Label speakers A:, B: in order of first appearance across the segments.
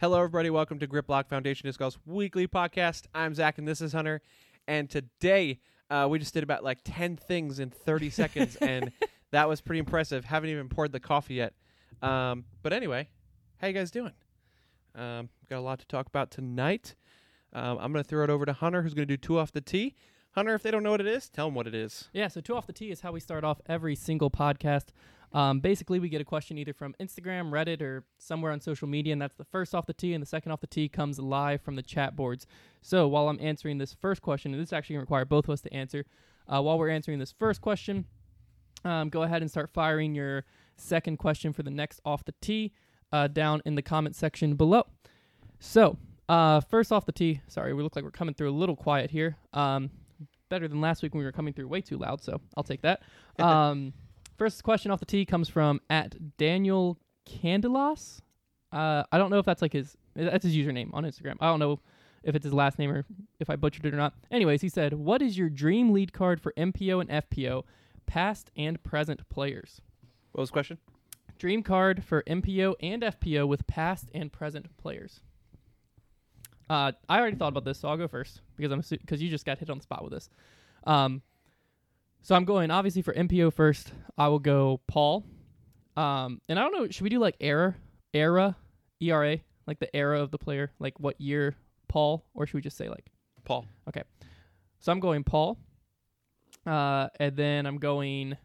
A: Hello, everybody. Welcome to Grip Lock Foundation Disc Golf's weekly podcast. I'm Zach, and this is Hunter. And today, uh, we just did about like 10 things in 30 seconds, and that was pretty impressive. Haven't even poured the coffee yet. Um, but anyway, how you guys doing? Um, got a lot to talk about tonight. Um, I'm going to throw it over to Hunter, who's going to do two off the tee. Hunter, if they don't know what it is, tell them what it is.
B: Yeah, so two off the tee is how we start off every single podcast. Um, basically, we get a question either from Instagram, Reddit, or somewhere on social media, and that's the first off the tee, and the second off the tee comes live from the chat boards. So while I'm answering this first question, and this is actually going to require both of us to answer, uh, while we're answering this first question, um, go ahead and start firing your second question for the next off the tee uh, down in the comment section below. So, uh, first off the tee, sorry, we look like we're coming through a little quiet here. Um, better than last week when we were coming through way too loud, so I'll take that. Um, first question off the tee comes from at Daniel Candelas. Uh, I don't know if that's like his that's his username on Instagram. I don't know if it's his last name or if I butchered it or not. Anyways, he said, "What is your dream lead card for MPO and FPO, past and present players?"
A: What was the question?
B: Dream card for MPO and FPO with past and present players. Uh, I already thought about this, so I'll go first because I'm because you just got hit on the spot with this. Um, so I'm going obviously for MPO first. I will go Paul. Um, and I don't know, should we do like era, era, ERA, like the era of the player, like what year Paul, or should we just say like?
A: Paul.
B: So I'm going Paul. Uh, and then I'm going.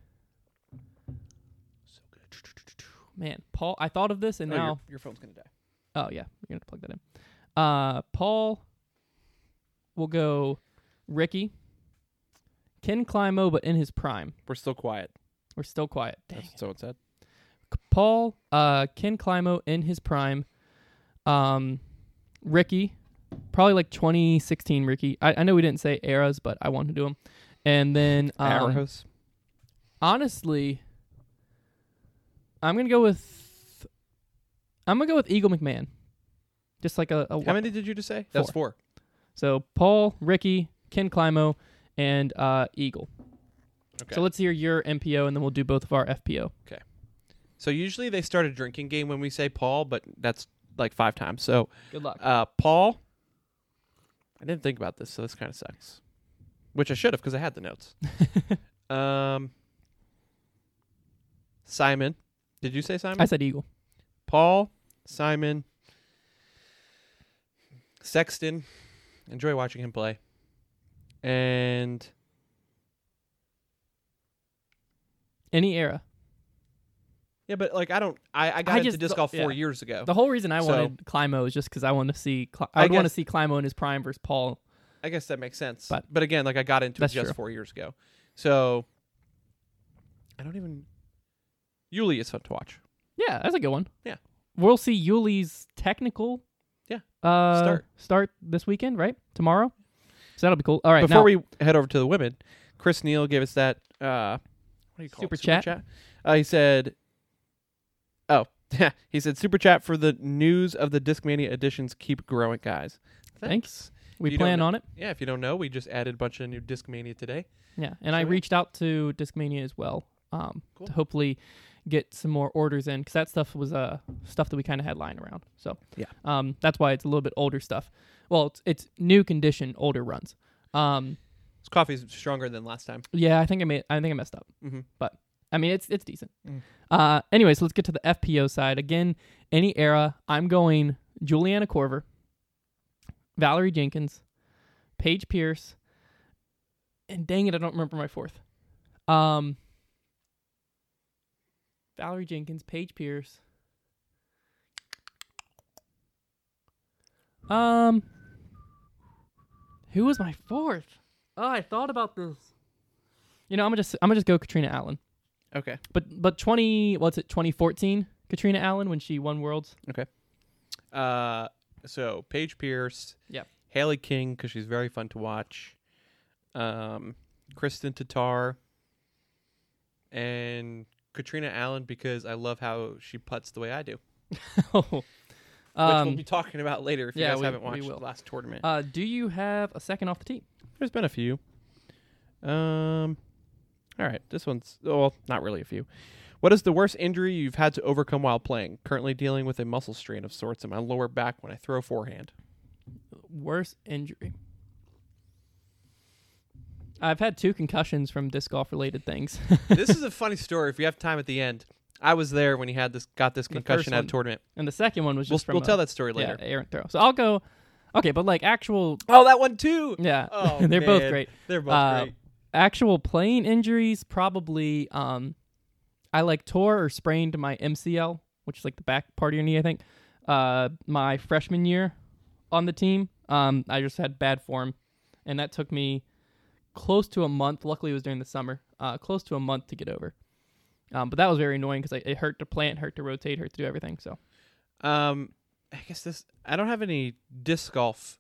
B: Man, Paul. I thought of this, and
A: Oh,
B: now
A: your, your phone's going to die.
B: Oh yeah, you're gonna plug that in. Uh, Paul will go Ricky. Ken Climo, but in his prime.
A: We're still quiet.
B: We're still quiet. Dang.
A: That's so it said.
B: Paul, uh, Ken Climo in his prime. Um, Ricky, probably like 2016 Ricky. I, I know we didn't say eras, but I wanted to do them. And then um,
A: Arrows.
B: honestly, I'm gonna go with I'm gonna go with Eagle McMahon. Just like a, a
A: How many did you just say? That's four.
B: So Paul, Ricky, Ken Climo, and uh, Eagle.
A: Okay.
B: So let's hear your MPO, and then we'll do both of our FPO.
A: So usually they start a drinking game when we say Paul, but that's like five times. So
B: Good luck.
A: uh, Paul, I didn't think about this, so this kind of sucks. Which I should have because I had the notes. um, Simon, did you say Simon?
B: I said Eagle.
A: Paul, Simon, Sexton. Enjoy watching him play, and
B: Any era.
A: yeah, but like I don't. I, I got into
B: just
A: disc
B: thought-
A: golf four
B: yeah.
A: years ago.
B: The whole reason I
A: So-
B: wanted Climo is just because I want to see. Cli-
A: I
B: I would want to
A: guess-
B: see Climo in his prime versus Paul.
A: I guess that makes sense. But,
B: But-
A: again, like I got into it
B: That's
A: just
B: true.
A: four years ago. So I don't even Yuli is fun to watch.
B: Yeah, that's a good one.
A: Yeah.
B: We'll see Yuli's technical.
A: Yeah.
B: Uh,
A: Start.
B: start start this weekend, right? Tomorrow. So that'll be cool. All right.
A: Before
B: now,
A: we head over to the women, Chris Neal gave us that uh what do you call
B: Super
A: it?
B: chat?
A: Uh, he said Oh, he said super chat for the news of the Discmania editions keep growing, guys.
B: Thanks. we
A: you don't
B: plan
A: know-
B: on it.
A: Yeah, if you don't know, we just added a bunch of new Discmania today.
B: Yeah, and I
A: Sweet.
B: reached out to Discmania as well um,
A: Cool.
B: to hopefully get some more orders in because that stuff was uh, stuff that we kind of had lying around. So
A: Yeah.
B: um, that's why it's a little bit older stuff. Well, it's, it's new condition, older runs. Um,
A: This coffee's stronger than last time.
B: yeah, I think I made, I think I messed up.
A: Mhm.
B: But I mean, it's it's decent.
A: Mm.
B: Uh, anyway, so let's get to the FPO side again. Any era, I'm going Juliana Corver, Valerie Jenkins, Paige Pierce, and dang it, I don't remember my fourth. Um, Valerie Jenkins, Paige Pierce. Um, who was my fourth? Oh, I thought about this. You know, I'm gonna just I'm gonna just go Katrina Allen.
A: Okay.
B: But but twenty what's it twenty fourteen Katrina Allen when she won worlds.
A: Uh, so Paige Pierce.
B: Yep.
A: Haley King because she's very fun to watch. Um, Kristen Tatar. And Katrina Allen because I love how she puts the way I do, which we'll be
B: um,
A: talking about later if you
B: yeah,
A: guys
B: we-
A: haven't
B: we
A: watched the
B: will.
A: last tournament.
B: uh, do you have a second off the tee?
A: There's been a few. Um, all right, this one's well, not really a few. What is the worst injury you've had to overcome while playing? Currently dealing with a muscle strain of sorts in my lower back when I throw forehand.
B: Worst injury. I've had two concussions from disc golf related things.
A: this is a funny story. If we have time at the end, I was there when he had this got this
B: The first
A: concussion at a
B: one.
A: tournament.
B: and the second one was
A: We'll,
B: just from
A: we'll
B: a-
A: tell that story later.
B: yeah, errant throw. So I'll go. Okay, but like actual,
A: Oh, that one too.
B: yeah,
A: Oh,
B: they're both
A: man.
B: great.
A: They're both
B: Uh,
A: great.
B: Actual playing injuries, probably. Um, I like tore or sprained my MCL, which is like the back part of your knee, I think. Uh, my freshman year on the team, um, I just had bad form, and that took me close to a month. Luckily, it was during the summer. Uh, close to a month to get over. Um, but that was very annoying because it hurt to plant, hurt to rotate, hurt to do everything. So
A: Um, I guess this. I don't have any disc golf,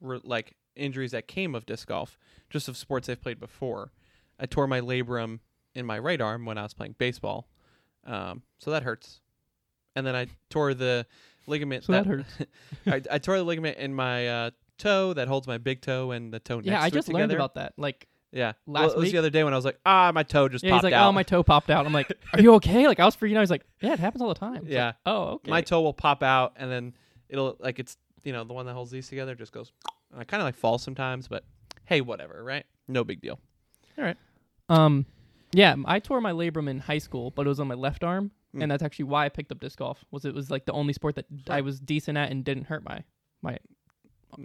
A: re- like injuries that came of disc golf, just of sports I've played before. I tore my labrum in my right arm when I was playing baseball, um, so that hurts. And then I tore the ligament.
B: so that hurts.
A: I, I tore the ligament in my uh, toe that holds my big toe and the toe
B: Yeah,
A: next
B: I
A: to it
B: just learned
A: together.
B: about that. Like,
A: yeah.
B: last
A: well, it was
B: week.
A: the other day when I was like, ah, my toe just
B: yeah, he's
A: popped
B: like,
A: out.
B: oh, my toe popped out. I'm like, are you okay? Like, I was freaking out. He's like, yeah, it happens all the time. It's like,
A: Yeah.
B: oh, okay.
A: my toe will pop out and then it'll like it's you know the one that holds these together just goes and i kind of like fall sometimes but hey whatever right no big deal
B: um, yeah, m- I tore my labrum in high school, but it was on my left arm,
A: Hmm.
B: and that's actually why I picked up disc golf. Was it was like the only sport that I
A: Right.
B: was decent at and didn't hurt my my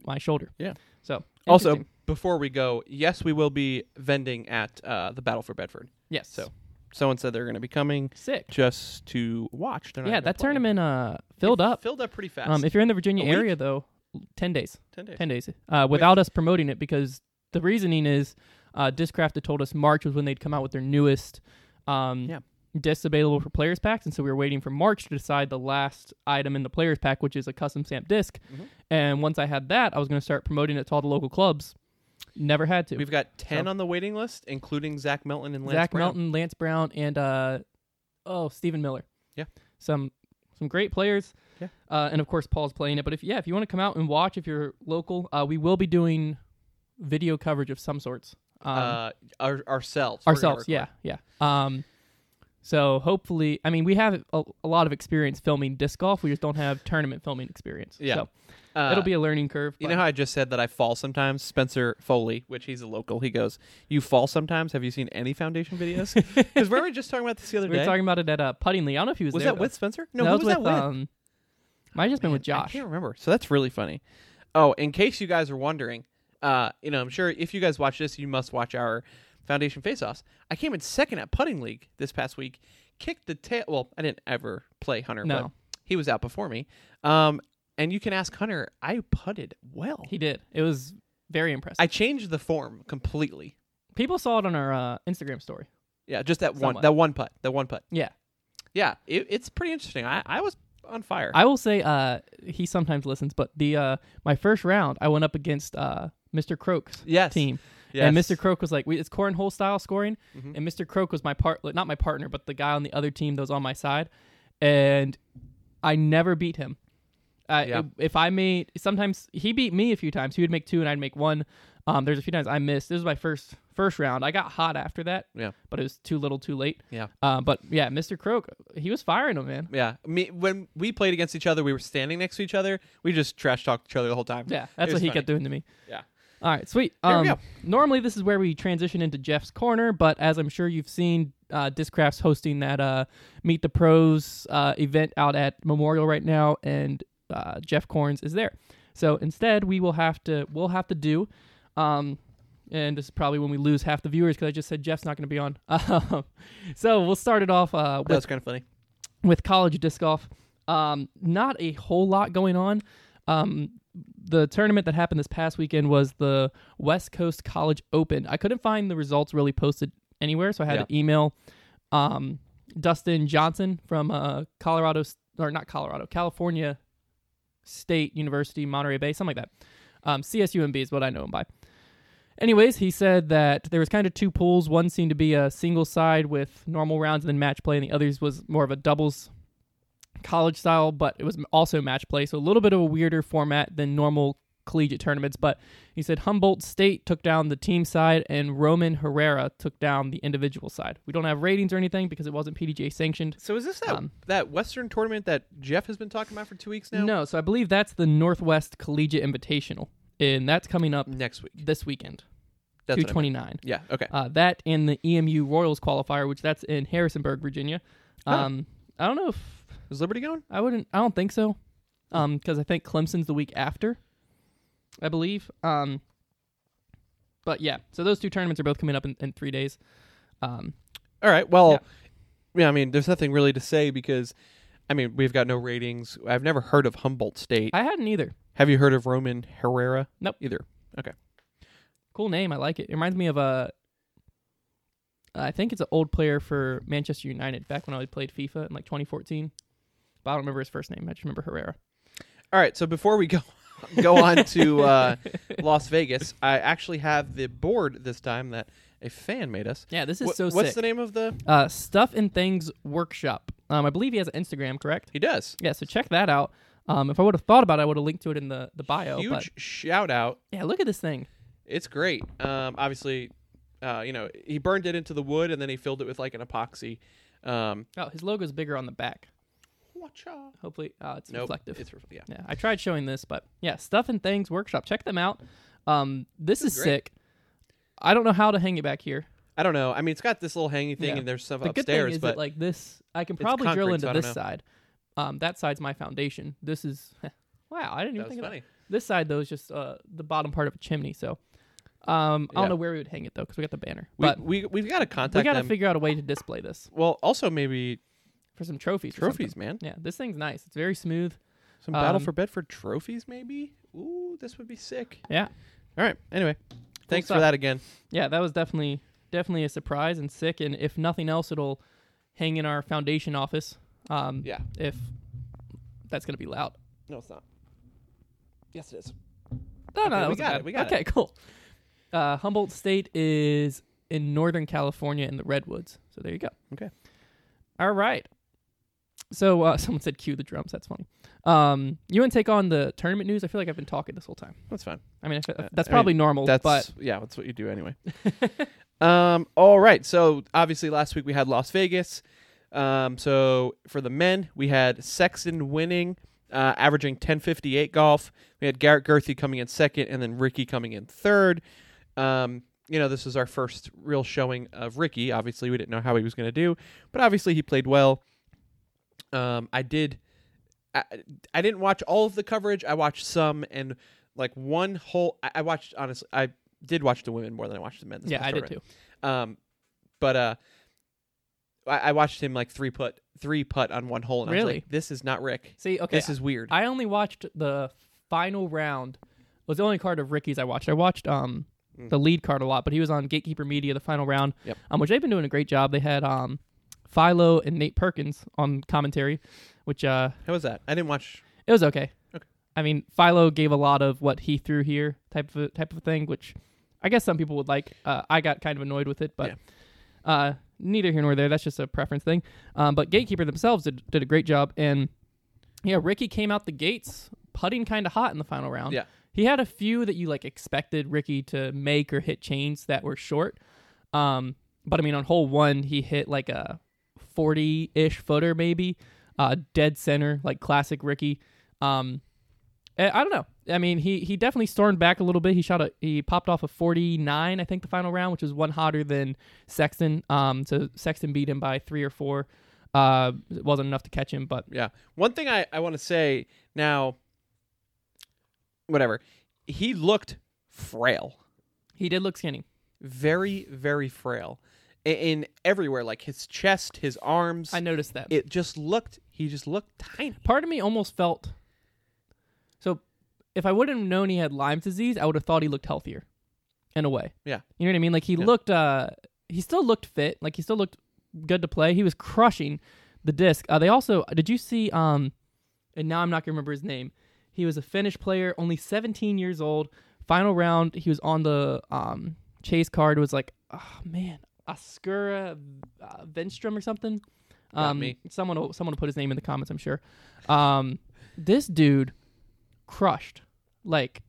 B: my shoulder.
A: Yeah.
B: So
A: also
B: interesting.
A: before we go yes we will be vending at uh, the battle for bedford
B: yes.
A: so- someone said they're going to be coming
B: sick.
A: just to watch They're not
B: Yeah,
A: gonna
B: that
A: play.
B: tournament uh
A: It
B: filled up.
A: filled up pretty fast
B: Um, if you're in the Virginia
A: A week?
B: area though, ten days.
A: 10 days
B: 10 days uh, without us promoting it because the reasoning is uh, Discraft had told us March was when they'd come out with their newest um,
A: Yeah.
B: discs available for players packs. And so we were waiting for March to decide the last item in the players pack, which is a custom stamp disc.
A: Mhm.
B: And once I had that, I was going to start promoting it to all the local clubs. Never had to.
A: we've got 10
B: So-
A: on the waiting list including zach melton and lance
B: Zach
A: Brown.
B: Melton, Lance Brown, and uh, oh, Stephen Miller.
A: Yeah.
B: some some great players.
A: Yeah.
B: uh, and of course Paul's playing it. But if yeah, if you want to come out and watch, if you're local, uh, we will be doing video coverage of some sorts. Um,
A: uh, our, ourselves We're gonna
B: ourselves,
A: record.
B: yeah, yeah. Um, so hopefully, I mean, we have a, a lot of experience filming disc golf. We just don't have tournament filming experience.
A: Yeah.
B: so
A: uh,
B: it'll be a learning curve.
A: You
B: but-
A: know how I just said that I fall sometimes? Spencer Foley, which he's a local, he goes, You fall sometimes? Have you seen any foundation videos? Because were we just talking about this the other
B: we were
A: day?
B: talking about it at uh, Putting Lee. I don't know if he was,
A: was
B: there,
A: that
B: though.
A: with Spencer?
B: No,
A: No, who was
B: that was
A: that
B: with,
A: with?
B: Um, might have just been
A: Man,
B: with
A: I
B: Josh.
A: can't remember. So that's really funny. Oh, in case you guys are wondering, uh, you know, I'm sure if you guys watch this, you must watch our foundation face offs. I came in second at putting league this past week, kicked the tail. Well, I didn't ever play Hunter, but
B: No.
A: he was out before me. Um, and you can ask Hunter, I putted well.
B: He did. It was very impressive.
A: I changed the form completely.
B: People saw it on our uh, Instagram story.
A: Yeah, just that
B: Somewhat.
A: one that one putt. That one putt.
B: Yeah.
A: Yeah. It, it's pretty interesting. I, I was on fire.
B: I will say uh, he sometimes listens, but the uh, my first round I went up against uh, Mr. Croak's
A: yes.
B: team,
A: Yes.
B: and Mr. Croak was like, we, "It's cornhole style scoring,"
A: Mhm.
B: and Mr. Croak was my part, like, not my partner, but the guy on the other team that was on my side, and I never beat him. I,
A: Yeah.
B: If I made, sometimes he beat me a few times. He would make two, and I'd make one. Um, there's a few times I missed. This was my first first round. I got hot after that.
A: Yeah.
B: but it was too little, too late.
A: Yeah.
B: Uh, but yeah, Mr. Croak, he was firing him, man.
A: Yeah. Me when we played against each other, we were standing next to each other. We just trash talked each other the whole time.
B: Yeah, that's
A: It
B: what
A: was
B: he
A: funny.
B: kept doing to me.
A: Yeah.
B: All right, sweet.
A: There we
B: Um,
A: go.
B: normally this is where we transition into Jeff's corner, but as I'm sure you've seen, uh, Discraft's hosting that uh, Meet the Pros uh, event out at Memorial right now, and uh, Jeff Corns is there. So instead, we will have to we'll have to do, um, and this is probably when we lose half the viewers because I just said Jeff's not going to be on. so we'll start it off uh, with
A: That's kind of funny.
B: with college disc golf. Um, not a whole lot going on. Um, the tournament that happened this past weekend was the West Coast College Open. I couldn't find the results really posted anywhere, so I had
A: Yeah.
B: to email um, Dustin Johnson from uh, Colorado S- or not Colorado, California State University, Monterey Bay, something like that. Um, CSUMB is what I know him by. Anyways, he said that there was kind of two pools. One seemed to be a single side with normal rounds and then match play, and the others was more of a doubles college style, but it was also match play, so a little bit of a weirder format than normal collegiate tournaments, but he said Humboldt State took down the team side and Roman Herrera took down the individual side. We don't have ratings or anything because it wasn't PDJ sanctioned.
A: So is this that
B: Um,
A: that Western tournament that Jeff has been talking about for two weeks now?
B: No, so I believe that's the Northwest Collegiate Invitational, and that's coming up
A: Next week.
B: this weekend,
A: That's what I meant.
B: 229.
A: Yeah. Okay.
B: Uh, that and the EMU Royals qualifier, which that's in Harrisonburg, Virginia. Um, I don't know if
A: Is Liberty going?
B: I wouldn't. I don't think so, because I think Clemson's the week after, I believe. Um, but yeah, so those two tournaments are both coming up in, in three days. Um,
A: All right. Well, yeah. I mean, there's nothing really to say because, I mean, we've got no ratings. I've never heard of Humboldt State.
B: I hadn't either.
A: Have you heard of Roman Herrera?
B: Nope.
A: Either.
B: Cool name. I like it. It reminds me of a. I think it's an old player for Manchester United back when I played FIFA in like 2014. But I don't remember his first name. I just remember Herrera.
A: All right. So before we go go on to uh, Las Vegas, I actually have the board this time that a fan made us.
B: Yeah, this is
A: Wh-
B: so
A: what's
B: sick.
A: the name of the?
B: uh, Stuff and Things Workshop. Um, I believe he has an Instagram, correct?
A: He does.
B: Yeah, so check that out. Um, if I would have thought about it, I would have linked to it in the, the bio.
A: Huge
B: Oh, But
A: shout out.
B: yeah, look at this thing.
A: It's great. Um, obviously, uh, you know, he burned it into the wood and then he filled it with like an epoxy. Um,
B: Oh, his logo's bigger on the back.
A: watch out.
B: Hopefully, uh, it's
A: Nope,
B: reflective.
A: It's ref- yeah.
B: yeah, I tried showing this, but yeah, Stuff and Things Workshop. Check them out. Um, this is
A: great.
B: sick. I don't know how to hang it back here.
A: I don't know. I mean, it's got this little hanging thing
B: Yeah.
A: and there's stuff
B: The good thing
A: upstairs,
B: is
A: but
B: that like this, I can
A: it's
B: probably drill
A: concrete,
B: into
A: so I don't
B: this
A: know.
B: side. Um, that side's my foundation. This is wow. I didn't even
A: that was
B: think of that.
A: funny.
B: This side though is just uh, the bottom part of a chimney. So um, I
A: Yeah.
B: don't know where we would hang it though because we got the banner.
A: We,
B: but
A: we we've got to
B: we
A: contact
B: got to
A: them.
B: figure out a way to display this
A: well, also maybe
B: for some trophies. or something.
A: trophies, man.
B: Yeah, this thing's nice. It's very smooth.
A: Some battle
B: Um,
A: for Bedford trophies, maybe. Ooh, this would be sick.
B: Yeah,
A: All right. Anyway, thanks for
B: stuff.
A: that again.
B: yeah, that was definitely definitely a surprise and sick. And if nothing else, it'll hang in our foundation office. Um,
A: Yeah.
B: If that's gonna be loud.
A: No, it's not. Yes, it is.
B: No,
A: Okay,
B: no, that
A: we
B: wasn't
A: got
B: bad.
A: it, we got it.
B: okay, cool. Uh, Humboldt State is in Northern California in the redwoods. So there you go.
A: Okay.
B: All right. So uh, someone said cue the drums. That's funny. Um, you want to take on the tournament news? I feel like I've been talking this whole time.
A: That's fine.
B: I mean, I fe-
A: Uh,
B: that's
A: I mean,
B: probably normal.
A: That's
B: but
A: yeah, that's what you do anyway. um, all right. So obviously last week we had Las Vegas. Um, so for the men, we had Sexton winning, uh, averaging 1058 golf. We had Garrett Gerthy coming in second, and then Ricky coming in third. Um, you know, this is our first real showing of Ricky. Obviously, we didn't know how he was going to do, but obviously he played well. Um, I did. I, I didn't watch all of the coverage. I watched some, and like one whole. I, I watched honestly. I did watch the women more than I watched the men. This
B: yeah,
A: past
B: I did
A: tournament.
B: too.
A: Um, but uh, I, I watched him like three put three putt on one hole, and I was
B: Really?
A: like, "This is not Rick.
B: See, okay,
A: This is weird."
B: I only watched the final round. It was the only card of Ricky's I watched. I watched um
A: Mm.
B: the lead card a lot, but he was on Gatekeeper Media the final round.
A: Yep.
B: Um, which they've been doing a great job. They had um Philo and Nate Perkins on commentary, which uh
A: How was that? I didn't watch.
B: it was okay.
A: Okay.
B: I mean, Philo gave a lot of what he threw here type of type of thing, which I guess some people would like. Uh, I got kind of annoyed with it, but uh, neither here nor there. That's just a preference thing. Um, but Gatekeeper themselves did, did a great job, and yeah, Ricky came out the gates putting kind of hot in the final round.
A: Yeah.
B: he had a few that you like expected Ricky to make or hit chains that were short. Um, but I mean, on hole one, he hit like a 40 ish footer, maybe, uh, dead center, like classic Ricky. Um, eh, I don't know. I mean, he, he definitely stormed back a little bit. He shot a he popped off a 49, I think, the final round, which was one hotter than Sexton. Um, so Sexton beat him by three or four. Uh, it wasn't enough to catch him, but
A: Yeah. One thing I, I want to say now, whatever, he looked frail.
B: he did look skinny.
A: Very, very frail. I- In, everywhere, like his chest, his arms.
B: I noticed that.
A: it just looked, he just looked tiny.
B: part of me almost felt so if I wouldn't have known he had Lyme disease, I would have thought he looked healthier in a way.
A: Yeah.
B: You know what I mean? Like he
A: Yeah.
B: looked uh he still looked fit, like he still looked good to play. He was crushing the disc. Uh, they also did you see um and now I'm not gonna remember his name. He was a Finnish player, only 17 years old. Final round, he was on the um chase card. It was like, oh man, Oscura uh, Venstrom or something.
A: Got
B: Um,
A: me.
B: Someone, will, someone will put his name in the comments. I'm sure. Um, this dude crushed. Like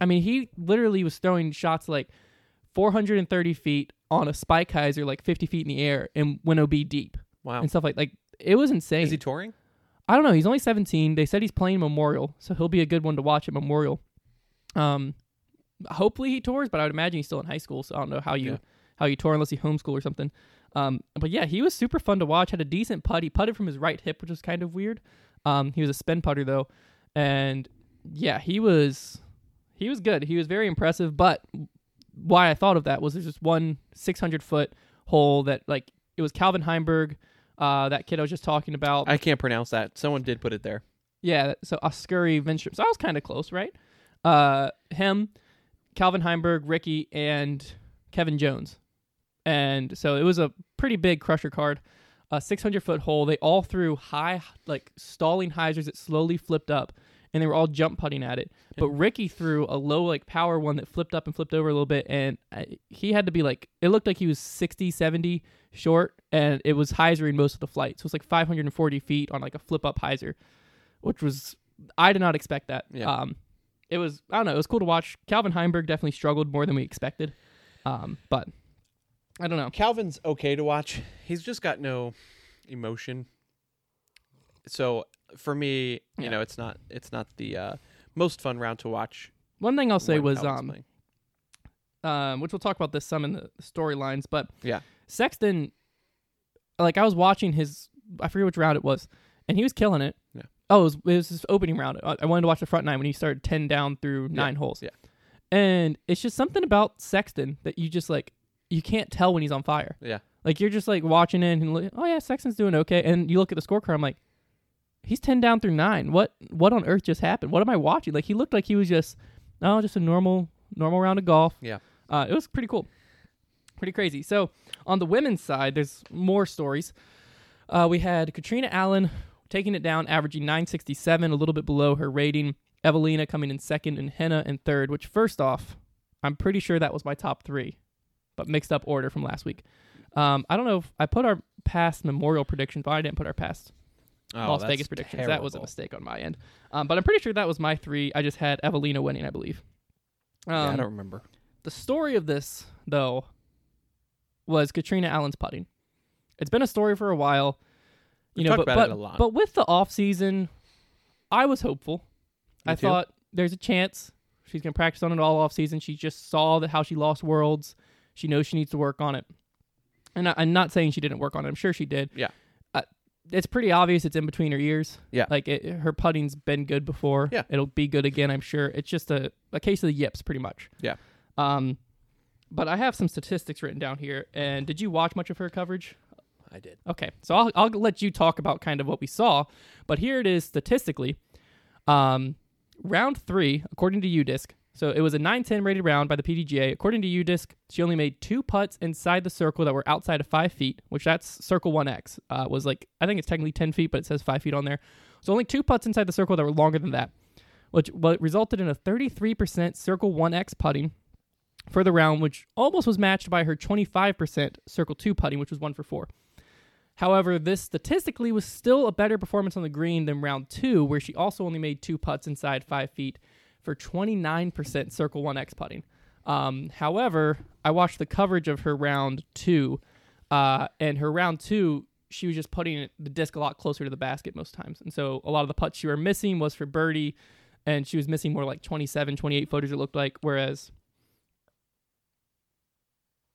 B: I mean, he literally was throwing shots like 430 feet on a spike hyzer, like 50 feet in the air, and went OB deep
A: Wow.
B: and stuff like like it was insane.
A: Is he touring?
B: I don't know. He's only 17. They said he's playing Memorial, so he'll be a good one to watch at Memorial. Um, hopefully he tours, but I would imagine he's still in high school, so I don't know how you
A: Yeah.
B: how you tour unless you homeschool or something. Um, but yeah, he was super fun to watch. Had a decent putt. He putted from his right hip, which was kind of weird. Um, he was a spin putter though, and yeah, he was he was good. He was very impressive. But why I thought of that was there's just one 600 foot hole that like it was Calvin Heinberg, uh, that kid I was just talking about.
A: I can't pronounce that. Someone did put it there.
B: Yeah, that- so Oscuri Venstrom. So I was kind of close, right? Uh, him, Calvin Heimberg, Ricky, and Kevin Jones. And so it was a pretty big crusher card. A 600 foot hole. They all threw high, like stalling hyzers that slowly flipped up, and they were all jump putting at it. But Ricky threw a low, like power one that flipped up and flipped over a little bit, and I, he had to be like, it looked like he was 60, 70 short, and it was hyzering most of the flight. So it was like 540 feet on like a flip up hyzer which was I did not expect that.
A: Yeah.
B: Um, it was I don't know. It was cool to watch. Calvin Heinberg definitely struggled more than we expected. Um, but I don't know.
A: Calvin's okay to watch. He's just got no emotion. So for me,
B: Yeah.
A: you know, it's not it's not the uh, most fun round to watch.
B: One thing I'll say
A: when
B: was
A: Calvin's
B: um,
A: playing.
B: um, which we'll talk about this some in the storylines, but
A: Yeah.
B: Sexton, like I was watching his, I forget which round it was, and he was killing it.
A: Yeah.
B: Oh, it was, it was his opening round. I, I wanted to watch the front nine when he started ten down through nine holes.
A: yeah.
B: And it's just something about Sexton that you just like, you can't tell when he's on fire.
A: Yeah.
B: Like you're just like watching it and look, oh yeah, Sexton's doing okay, and you look at the scorecard. I'm like, he's ten down through nine. What what on earth just happened? What am I watching? Like he looked like he was just oh just a normal normal round of golf.
A: Yeah.
B: uh, it was pretty cool, pretty crazy. So on the women's side, there's more stories. Uh, we had Katrina Allen taking it down, averaging 967, a little bit below her rating. Evelina coming in second, and Henna in third. Which first off, I'm pretty sure that was my top three, but mixed up order from last week. Um, I don't know if I put our past memorial predictions, but I didn't put our past
A: Oh,
B: Las
A: that's
B: Vegas predictions. That was a
A: terrible.
B: mistake on my end. Um, but I'm pretty sure that was my three. I just had Evelina winning, I believe. Um,
A: Yeah, I don't remember.
B: the story of this, though, was Katrina Allen's putting. It's been a story for a while. You
A: We've
B: know,
A: talked
B: but,
A: about
B: but,
A: it a lot.
B: but with the off season, I was hopeful.
A: Me
B: I
A: too.
B: thought there's a chance she's gonna practice on it all off season. She just saw that how she lost worlds. She knows she needs to work on it. And I, I'm not saying she didn't work on it. I'm sure she did.
A: Yeah.
B: Uh, it's pretty obvious it's in between her ears.
A: Yeah.
B: Like it, her putting's been good before.
A: Yeah.
B: It'll be good again, I'm sure. It's just a, a case of the yips, pretty much.
A: Yeah.
B: Um, but I have some statistics written down here. And did you watch much of her coverage?
A: I did.
B: Okay, so I'll, I'll let you talk about kind of what we saw, but here it is statistically. Um, round three, according to UDisc, so it was a 9 10 rated round by the PDGA. According to UDisc, she only made two putts inside the circle that were outside of five feet, which that's circle 1X, uh, was like, I think it's technically 10 feet, but it says five feet on there. So only two putts inside the circle that were longer than that, which what resulted in a 33% circle 1X putting for the round, which almost was matched by her 25% circle 2 putting, which was one for four. However, this statistically was still a better performance on the green than round two, where she also only made two putts inside five feet for 29% circle 1x putting. Um, however, I watched the coverage of her round two, uh, and her round two, she was just putting it- the disc a lot closer to the basket most times. And so a lot of the putts she were missing was for birdie, and she was missing more like 27, 28 footers, it looked like, whereas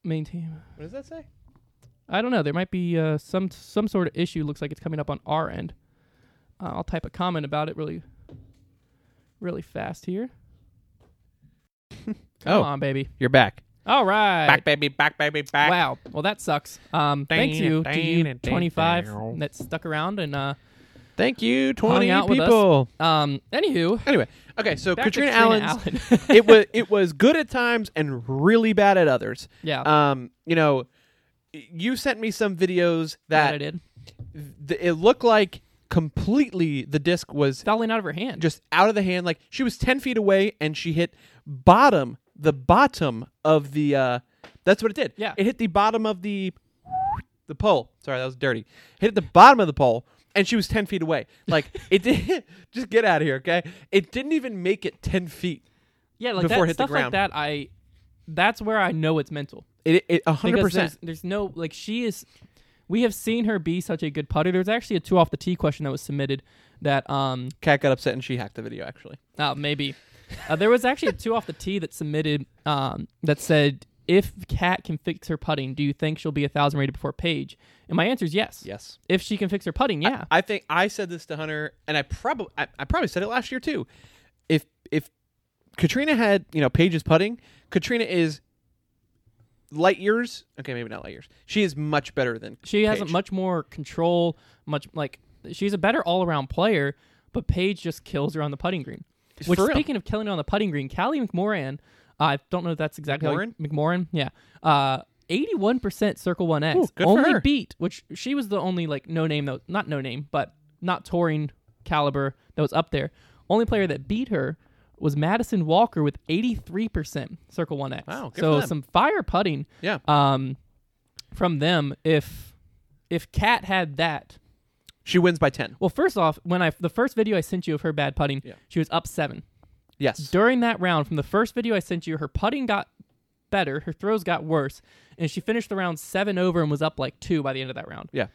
B: main team.
A: What does that say?
B: I don't know. There might be uh, some some sort of issue. Looks like it's coming up on our end. Uh, I'll type a comment about it really, really fast here. Come
A: Oh,
B: on, baby.
A: you're back.
B: All right.
A: Back, baby. Back, baby. Back.
B: Wow. Well, that sucks. Um, thank
A: Dang,
B: you to
A: dang,
B: you
A: dang,
B: 25
A: dang.
B: that stuck around and uh,
A: Thank you, 20
B: out with us.
A: people.
B: um. Anywho,
A: Anyway, okay, so
B: back to
A: Katrina,
B: Katrina
A: Allen's
B: Allen.
A: it was it was good at times and really bad at others.
B: yeah.
A: Um, you know, you sent me some videos
B: that I
A: that
B: did.
A: th- it looked like completely the disc was
B: Falling out of her hand.
A: just out of the hand. Like she was ten feet away and she hit bottom the bottom of the. Uh, that's what it did.
B: Yeah.
A: it hit the bottom of the the pole. Sorry, that was dirty. Hit the bottom of the pole. And she was ten feet away. Like it did. Just get out of here, okay? It didn't even make it ten feet.
B: Yeah, like
A: Before it
B: that,
A: hit the
B: stuff like
A: ground.
B: that. I that's where I know it's mental.
A: It it a hundred
B: Because
A: percent.
B: there's, there's no like she is. We have seen her be such a good putter. There's actually a two off the tee question that was submitted that um
A: Cat got upset and she hacked the video. Actually,
B: Oh, maybe. Uh, there was actually a two off the tee that submitted um, that said, if Kat can fix her putting, do you think she'll be a thousand rated before Paige? And my answer is yes.
A: yes.
B: If she can fix her putting, yeah.
A: I think I said this to Hunter, and I probably I, I probably said it last year too. If if Katrina had you know Paige's putting, Katrina is light years. Okay, maybe not light years. She is much better than
B: she has
A: Paige.
B: much more control, much like she's a better all around player, but Paige just kills her on the putting green. Which,
A: For real.
B: speaking of killing her on the putting green, Callie McMoran, I don't know if that's exactly how you-
A: McMorrin?
B: McMorrin, yeah. Uh, 81% Circle 1X.
A: Ooh, good for
B: only
A: her.
B: beat, which she was the only, like, no name, though, not no name, but not touring caliber that was up there. Only player that beat her was Madison Walker with 83% Circle 1X.
A: Wow, good
B: so
A: for them.
B: some fire putting
A: yeah.
B: um, from them if if Kat had that.
A: She wins by ten.
B: Well, first off, when I the first video I sent you of her bad putting,
A: Yeah.
B: she was up seven
A: Yes.
B: during that round. From the first video I sent you, her putting got better, her throws got worse, and she finished the round seven over and was up like two by the end of that round.
A: Yeah.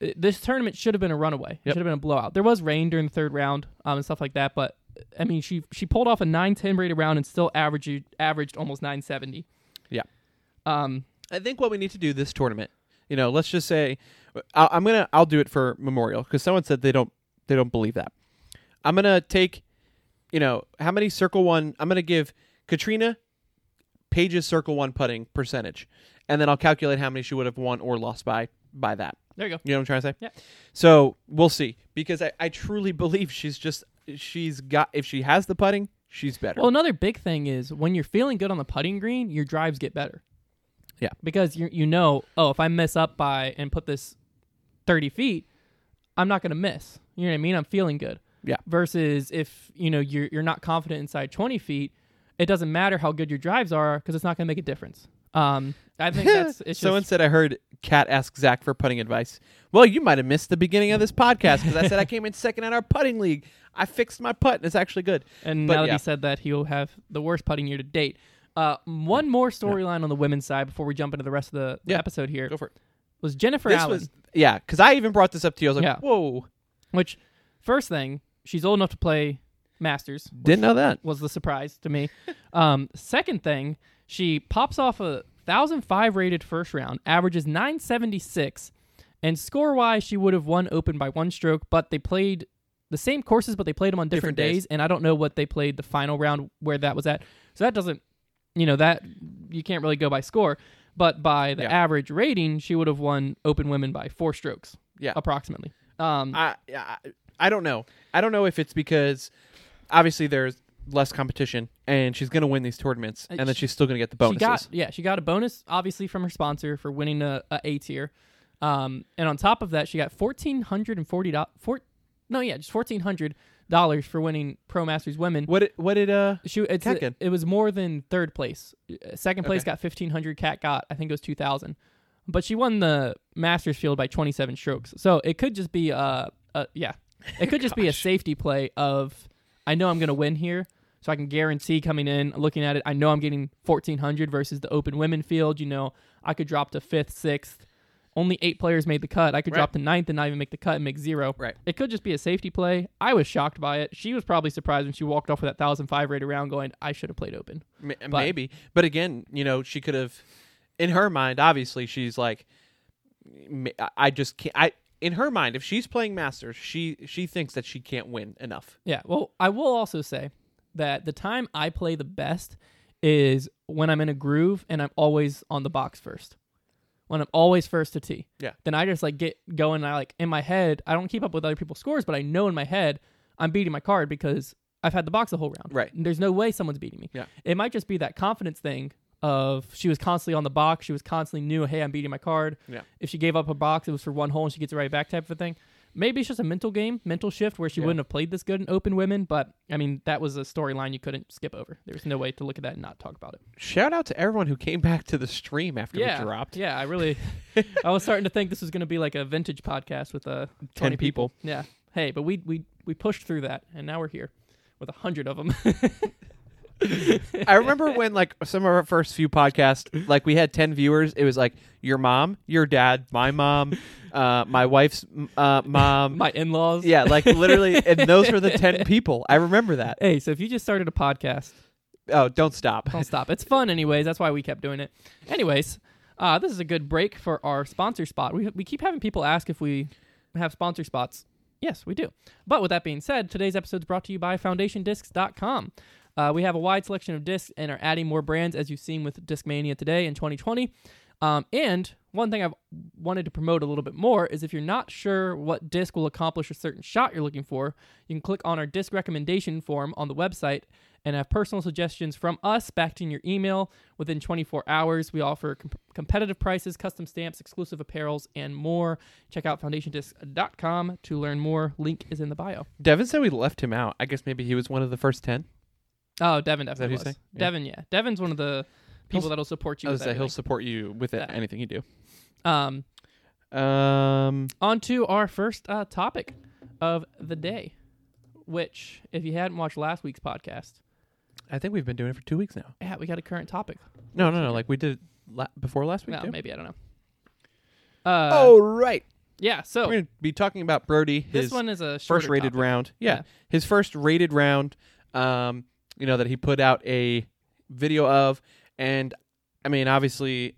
B: Uh, This tournament should have been a runaway. It
A: Yep.
B: should have been a blowout. There was rain during the third round um, and stuff like that, but uh, I mean, she she pulled off a 9-10 rated round and still averaged averaged almost nine seventy.
A: Yeah.
B: Um,
A: I think what we need to do this tournament, you know, let's just say, I, I'm gonna, I'll do it for Memorial because someone said they don't, they don't believe that. I'm gonna take, you know, how many circle one? I'm gonna give Katrina Paige's circle one putting percentage, and then I'll calculate how many she would have won or lost by by that.
B: there you go.
A: You know what I'm trying to say?
B: Yeah.
A: So we'll see because I, I truly believe she's just she's got if she has the putting she's better.
B: Well, another big thing is when you're feeling good on the putting green, your drives get better.
A: Yeah.
B: Because you you know, oh, if I mess up by and put this 30 feet, I'm not going to miss. You know what I mean? I'm feeling good.
A: Yeah.
B: Versus if, you know, you're you're not confident inside 20 feet, it doesn't matter how good your drives are cuz it's not going to make a difference. Um I think that's it's
A: Someone
B: just
A: said I heard Kat ask Zach for putting advice. Well, you might have missed the beginning of this podcast because I said I came in second at our putting league. I fixed my putt and it's actually good.
B: and
A: but
B: now that
A: yeah.
B: he said that he'll have the worst putting year to date. Uh, one more storyline on the women's side before we jump into the rest of the, the
A: Yeah.
B: episode here
A: Go for it.
B: was Jennifer
A: this
B: Allen.
A: was yeah, because I even brought this up to you. I was like,
B: Yeah.
A: whoa,
B: Which, first thing, she's old enough to play Masters.
A: didn't know that.
B: Was the surprise to me. um, second thing, she pops off a thousand five rated first round, averages nine seventy six, and score wise, she would have won open by one stroke. But they played the same courses, but they played them on different,
A: Different days.
B: days, and I don't know what they played the final round where that was at. So that doesn't, you know, that you can't really go by score. But by the
A: Yeah.
B: average rating, she would have won open women by four strokes,
A: Yeah.
B: approximately. Um,
A: I, I I don't know. I don't know if it's because obviously there's less competition and she's gonna win these tournaments
B: Uh,
A: and then
B: she-
A: she's still gonna get the bonuses.
B: She got yeah, she got a bonus obviously from her sponsor for winning a, a A tier, um, and on top of that, she got fourteen hundred and forty dollars. No, yeah, just fourteen hundred dollars for winning Pro Masters Women.
A: what did, what did uh
B: She it's
A: Katkin.
B: it, was more than third place. Uh, Second place
A: Okay.
B: got fifteen hundred. Cat got I think it was two thousand, but she won the Masters field by twenty seven strokes. So it could just be uh, uh yeah, it could just be a
A: Gosh.
B: safety play of I know I'm gonna win here, so I can guarantee coming in looking at it. I know I'm getting fourteen hundred versus the open women field. You know I could drop to fifth, sixth. Only eight players made the cut. I could
A: Right.
B: drop to ninth and not even make the cut and make zero.
A: Right.
B: It could just be a safety play. I was shocked by it. She was probably surprised when she walked off with that thousand five rated round, going, "I should have played open."
A: M- maybe, but again, you know, she could have. In her mind, obviously, she's like, "M- I- I just can't. I in her mind, if she's playing Masters, she she thinks that she can't win enough.
B: Yeah. Well, I will also say that the time I play the best is when I'm in a groove and I'm always on the box first. When I'm always first to tee.
A: Yeah.
B: Then I just like get going. And I like in my head, I don't keep up with other people's scores, but I know in my head I'm beating my card because I've had the box the whole round.
A: Right.
B: And there's no way someone's beating me.
A: Yeah.
B: It might just be that confidence thing of she was constantly on the box. She was constantly knew, hey, I'm beating my card.
A: Yeah.
B: If she gave up a box, it was for one hole and she gets it right back type of a thing. Maybe it's just a mental game, mental shift where she
A: Yeah.
B: wouldn't have played this good in open women, but I mean, that was a storyline you couldn't skip over. There's no way to look at that and not talk about it.
A: Shout out to everyone who came back to the stream after we dropped.
B: Yeah, I really I was starting to think this was going to be like a vintage podcast with uh,
A: Ten
B: 20
A: people.
B: Yeah. Hey, but we we we pushed through that and now we're here with a 100 of them.
A: I remember when like some of our first few podcasts, like we had ten viewers. It was like your mom, your dad, my mom, uh, my wife's m- uh, mom.
B: my in-laws.
A: yeah, like literally, and those were the ten people. I remember that.
B: Hey, so if you just started a podcast,
A: Oh, don't stop.
B: don't stop. It's fun, anyways. That's why we kept doing it. Anyways, uh, this is a good break for our sponsor spot. We we keep having people ask if we have sponsor spots. Yes, we do. But with that being said, today's episode is brought to you by FoundationDiscs.com. Uh, we have a wide selection of discs and are adding more brands, as you've seen with Discmania today in 2020. Um, and one thing I've wanted to promote a little bit more is if you're not sure what disc will accomplish a certain shot you're looking for, you can click on our disc recommendation form on the website and have personal suggestions from us back to your email within 24 hours. We offer com- competitive prices, custom stamps, exclusive apparels, and more. Check out foundationdisc.com to learn more. Link is in the bio.
A: Devin said we left him out. I guess maybe he was one of the first ten.
B: Oh, Devin definitely
A: who you
B: was.
A: say? Yeah.
B: Devin, yeah. Devin's one of the people
A: He'll-
B: that'll support you.
A: I
B: With
A: was say he'll
B: everything.
A: support you with
B: Yeah.
A: anything you do.
B: um,
A: Um,
B: on to our first uh, topic of the day, which, if you hadn't watched last week's podcast,
A: I think we've been doing it for two weeks now.
B: yeah, we got a current topic.
A: No, no, no. Like we did it la- before last week.
B: Well,
A: too?
B: maybe I don't know. Uh,
A: All right.
B: yeah. So
A: We're going to be talking about Brody.
B: this
A: His
B: one is a
A: first
B: shorter
A: rated
B: topic.
A: round. Yeah.
B: Yeah.
A: His first rated round, um, you know, that he put out a video of. And I mean, obviously,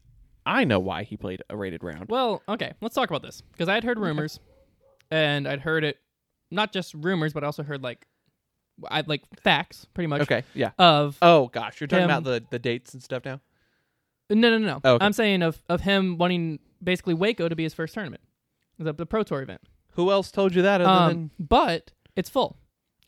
A: I know why he played a rated round.
B: Well, okay, let's talk about this because I had heard rumors, and I'd heard it, not just rumors, but I also heard like, I like facts pretty much
A: Okay. Yeah.
B: of
A: Oh, gosh. You're talking
B: Him-
A: about the, the dates and stuff now?
B: no no no no.
A: Oh, okay.
B: I'm saying of of him wanting basically Waco to be his first tournament, the the pro tour event.
A: Who else told you that other
B: Um, but it's full,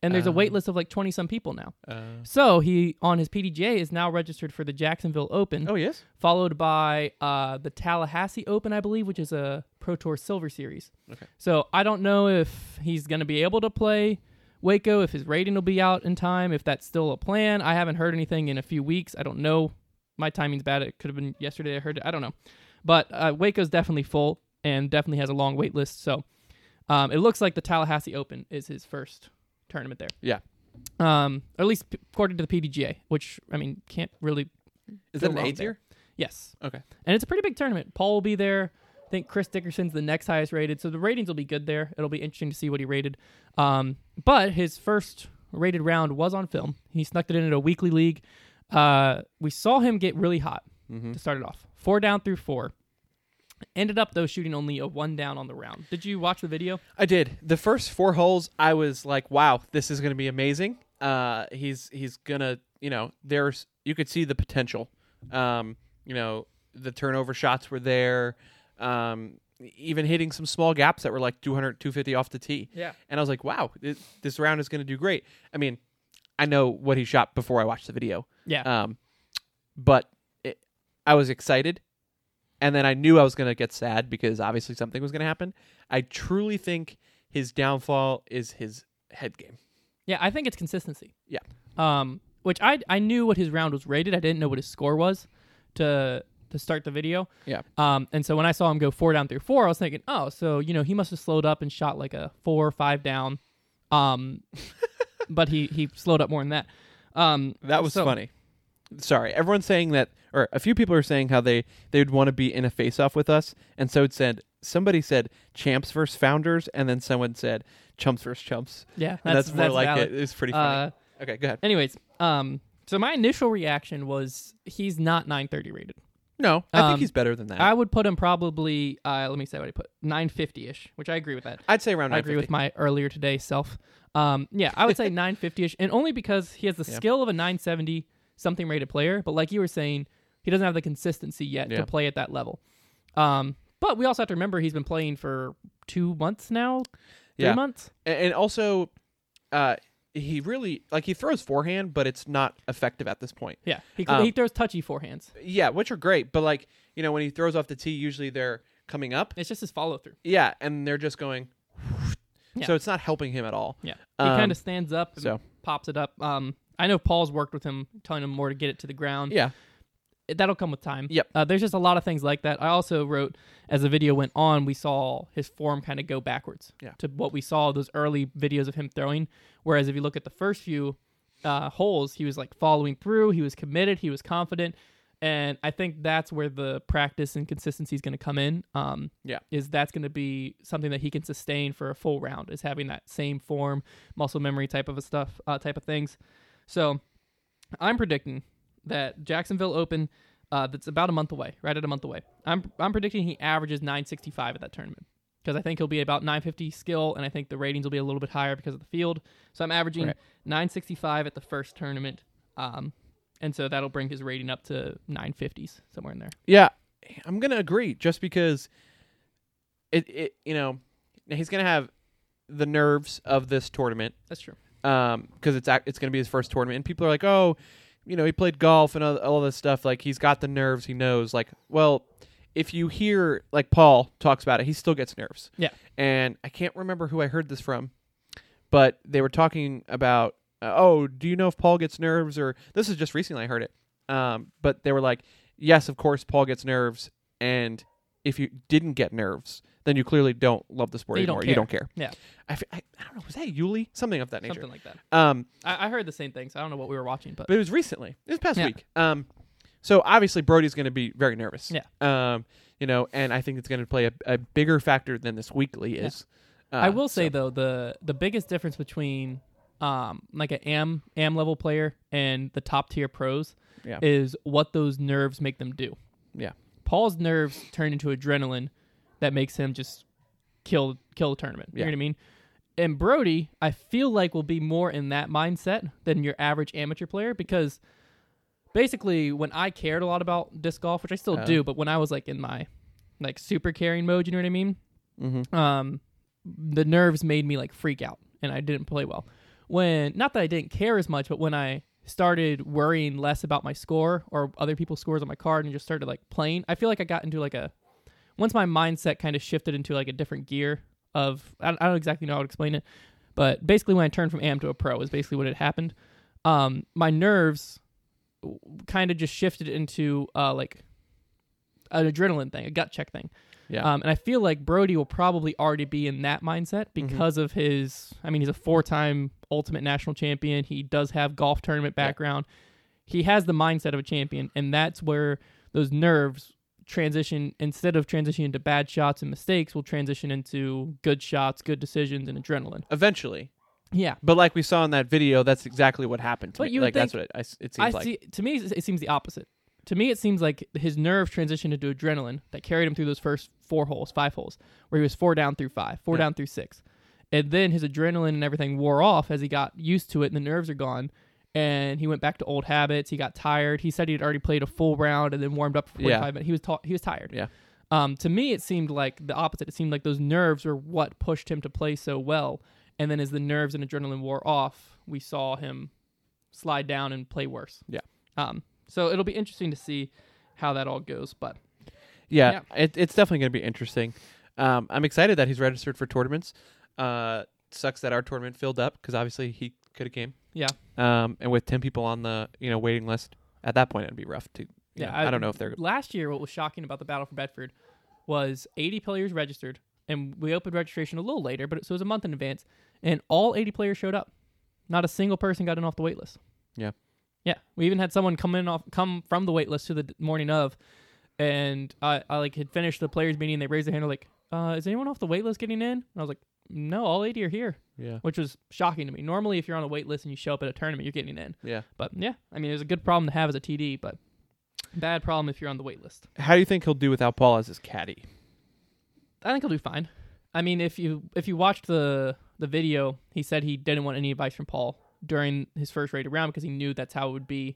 B: and there's a wait
A: Um.
B: list of like twenty some people now.
A: than. Uh,
B: So he on his PDGA is now registered for the Jacksonville Open,
A: oh, yes.
B: followed by uh, the Tallahassee Open, I believe, which is a Pro Tour Silver Series.
A: Okay.
B: So I don't know if he's going to be able to play Waco, if his rating will be out in time, if that's still a plan. I haven't heard anything in a few weeks. I don't know. My timing's bad. It could have been yesterday. I heard it. I don't know. But uh, Waco's definitely full and definitely has a long wait list. So um, it looks like the Tallahassee Open is his first tournament there.
A: Yeah.
B: Um, or at least p- according to the PDGA, which I mean can't really
A: Is
B: Feel
A: that an
B: wrong
A: A tier?
B: Yes.
A: Okay.
B: And it's a pretty big tournament. Paul will be there. I think Chris Dickerson's the next highest rated, so the ratings will be good there. It'll be interesting to see what he rated. Um, but his first rated round was on film. He snuck it in at a weekly league. Uh, we saw him get really hot
A: Mm-hmm.
B: to start it off. Four down through four. Ended up though shooting only a one down on the round. Did you watch the video?
A: I did. The first four holes, I was like, "Wow, this is going to be amazing." Uh, he's he's gonna, you know, there's you could see the potential. Um, you know, the turnover shots were there. Um, even hitting some small gaps that were like 200, 250 off the tee.
B: Yeah.
A: And I was like, "Wow, this, this round is going to do great." I mean, I know what he shot before I watched the video.
B: Yeah.
A: Um, but it, I was excited, and then I knew I was going to get sad because obviously something was going to happen. I truly think his downfall is his head game.
B: Yeah, I think it's consistency.
A: Yeah.
B: Um, which I I knew what his round was rated. I didn't know what his score was to to start the video.
A: Yeah.
B: Um, and so when I saw him go four down through four, I was thinking, oh, so you know he must have slowed up and shot like a four or five down. Um, but he he slowed up more than that. Um,
A: That was
B: so-
A: funny. Sorry, everyone's saying that, or a few people are saying how they they would want to be in a face off with us, and so it said somebody said champs versus founders, and then someone said chumps versus chumps.
B: Yeah,
A: And that's,
B: that's,
A: more like
B: valid.
A: it. It's pretty
B: Uh,
A: funny. okay, go ahead.
B: anyways, um, so my initial reaction was he's not 930 rated.
A: No, I
B: um,
A: think he's better than that.
B: I would put him probably uh, let me say what I put 950 ish, which I agree with that.
A: I'd say around.
B: I agree
A: 950.
B: with my earlier today self. Um, yeah, I would say 950ish, and only because he has the
A: Yeah.
B: skill of a 970 something rated player, but like you were saying, he doesn't have the consistency yet
A: Yeah.
B: to play at that level. Um, but we also have to remember he's been playing for two months now, three
A: Yeah.
B: months.
A: A- and also uh he really like he throws forehand but it's not effective at this point
B: Yeah, he
A: Um,
B: he throws touchy forehands.
A: yeah which are great but like you know when he throws off the tee usually they're coming up
B: It's just his follow through.
A: yeah and they're just going
B: Yeah.
A: so it's not helping him at all
B: Yeah, he
A: Um,
B: kind of stands up and
A: so
B: pops it up. Um, I know Paul's worked with him, telling him more to get it to the ground.
A: yeah
B: it- that'll come with time.
A: Yep.
B: Uh, there's just a lot of things like that. I also wrote as the video went on, we saw his form kind of go backwards
A: Yeah.
B: to what we saw those early videos of him throwing. Whereas if you look at the first few, uh, holes, he was like following through. He was committed. He was confident. And I think that's where the practice and consistency is going to come in. Um,
A: Yeah.
B: Is that's going to be something that he can sustain for a full round, is having that same form, muscle memory type of a stuff, uh, type of things. So I'm predicting that Jacksonville Open, uh, that's about a month away, right at a month away. I'm, I'm predicting he averages 965 at that tournament because I think he'll be about 950 skill, and I think the ratings will be a little bit higher because of the field. So I'm averaging
A: Right.
B: 965 at the first tournament, um, and so that'll bring his rating up to 950s somewhere in there.
A: Yeah, I'm gonna agree just because it, it you know he's gonna have the nerves of this tournament
B: That's true.
A: because um, it's ac- it's gonna be his first tournament and people are like oh you know he played golf and all, all this stuff like he's got the nerves he knows like well if you hear like Paul talks about it he still gets nerves
B: Yeah.
A: and I can't remember who I heard this from but they were talking about uh, oh do you know if Paul gets nerves or this is just recently I heard it um, but they were like yes, of course, Paul gets nerves, and if you didn't get nerves, then you clearly don't love the sport
B: You don't
A: anymore. you
B: care.
A: don't care.
B: Yeah.
A: I, f- I, I don't know. Was that Yuli? Something of that nature.
B: Something like that.
A: Um,
B: I, I heard the same things. I don't know what we were watching, but,
A: but it was recently. It was past
B: Yeah.
A: week. Um, so obviously Brody's going to be very nervous.
B: Yeah.
A: Um, you know, and I think it's going to play a, a bigger factor than this weekly is. Uh,
B: I will say
A: so-
B: though the the biggest difference between um, like an am am level player and the top tier pros
A: Yeah.
B: is what those nerves make them do.
A: Yeah.
B: Paul's nerves turn into adrenaline that makes him just kill kill the tournament. You
A: Yeah.
B: know what I mean? And Brody, I feel like will be more in that mindset than your average amateur player because basically when I cared a lot about disc golf, which I still
A: Uh.
B: do, but when I was like in my like super caring mode, you know what I mean?
A: Mhm.
B: Um the nerves made me like freak out and I didn't play well. When not that I didn't care as much, but when I started worrying less about my score or other people's scores on my card and just started like playing, I feel like I got into like a once my mindset kind of shifted into like a different gear of I don't, I don't exactly know how to explain it, but basically when I turned from am to a pro is basically what had happened. Um, my nerves kind of just shifted into uh like an adrenaline thing, a gut check thing.
A: Yeah.
B: Um, and I feel like Brody will probably already be in that mindset
A: Mm-hmm.
B: because of his. I mean, he's a four-time ultimate national champion. He does have golf tournament
A: Yeah.
B: background. He has the mindset of a champion, and that's where those nerves transition. Instead of transitioning to bad shots and mistakes, will transition into good shots, good decisions, and adrenaline.
A: eventually.
B: Yeah,
A: But like we saw in that video, that's exactly what happened to
B: But
A: me.
B: you would
A: like that's what it, I s- it seems
B: I
A: like.
B: see. To me, it seems the opposite. To me, it seems like his nerve transitioned into adrenaline that carried him through those first four holes, five holes, where he was four down through five, four
A: Yeah.
B: down through six, and then his adrenaline and everything wore off as he got used to it, and the nerves are gone, and he went back to old habits. He got tired. He said he had already played a full round and then warmed up for
A: Yeah.
B: forty-five minutes. He was ta- he was tired.
A: Yeah.
B: Um, to me, it seemed like the opposite. It seemed like those nerves were what pushed him to play so well, and then as the nerves and adrenaline wore off, we saw him slide down and play worse.
A: Yeah.
B: Um, so it'll be interesting to see how that all goes. But
A: Yeah, It, it's definitely going to be interesting. Um, I'm excited that he's registered for tournaments. Uh, sucks that our tournament filled up because obviously he could have came.
B: Yeah.
A: Um, and with ten people on the you know waiting list at that point, it'd be rough to. Yeah.
B: Yeah,
A: I,
B: I-
A: don't know if they're.
B: last year, what was shocking about the Battle for Bedford was 80 players registered, and we opened registration a little later, but it, so it was a month in advance, and all 80 players showed up. Not a single person got in off the wait list.
A: Yeah.
B: Yeah, we even had someone come in off come from the wait list to the d- morning of, and I, I like had finished the players meeting. They raised their hand like, uh, "Is anyone off the wait list getting in?" And I was like, "No, all 80 are here."
A: Yeah.
B: which was shocking to me. Normally, if you're on a wait list and you show up at a tournament, you're getting in.
A: Yeah.
B: But yeah, I mean, it was a good problem to have as a TD, but bad problem if you're on the wait list.
A: How do you think he'll do without Paul as his caddy?
B: I think he'll do fine. I mean, if you if you watched the the video, he said he didn't want any advice from Paul during his first rated round because he knew that's how it would be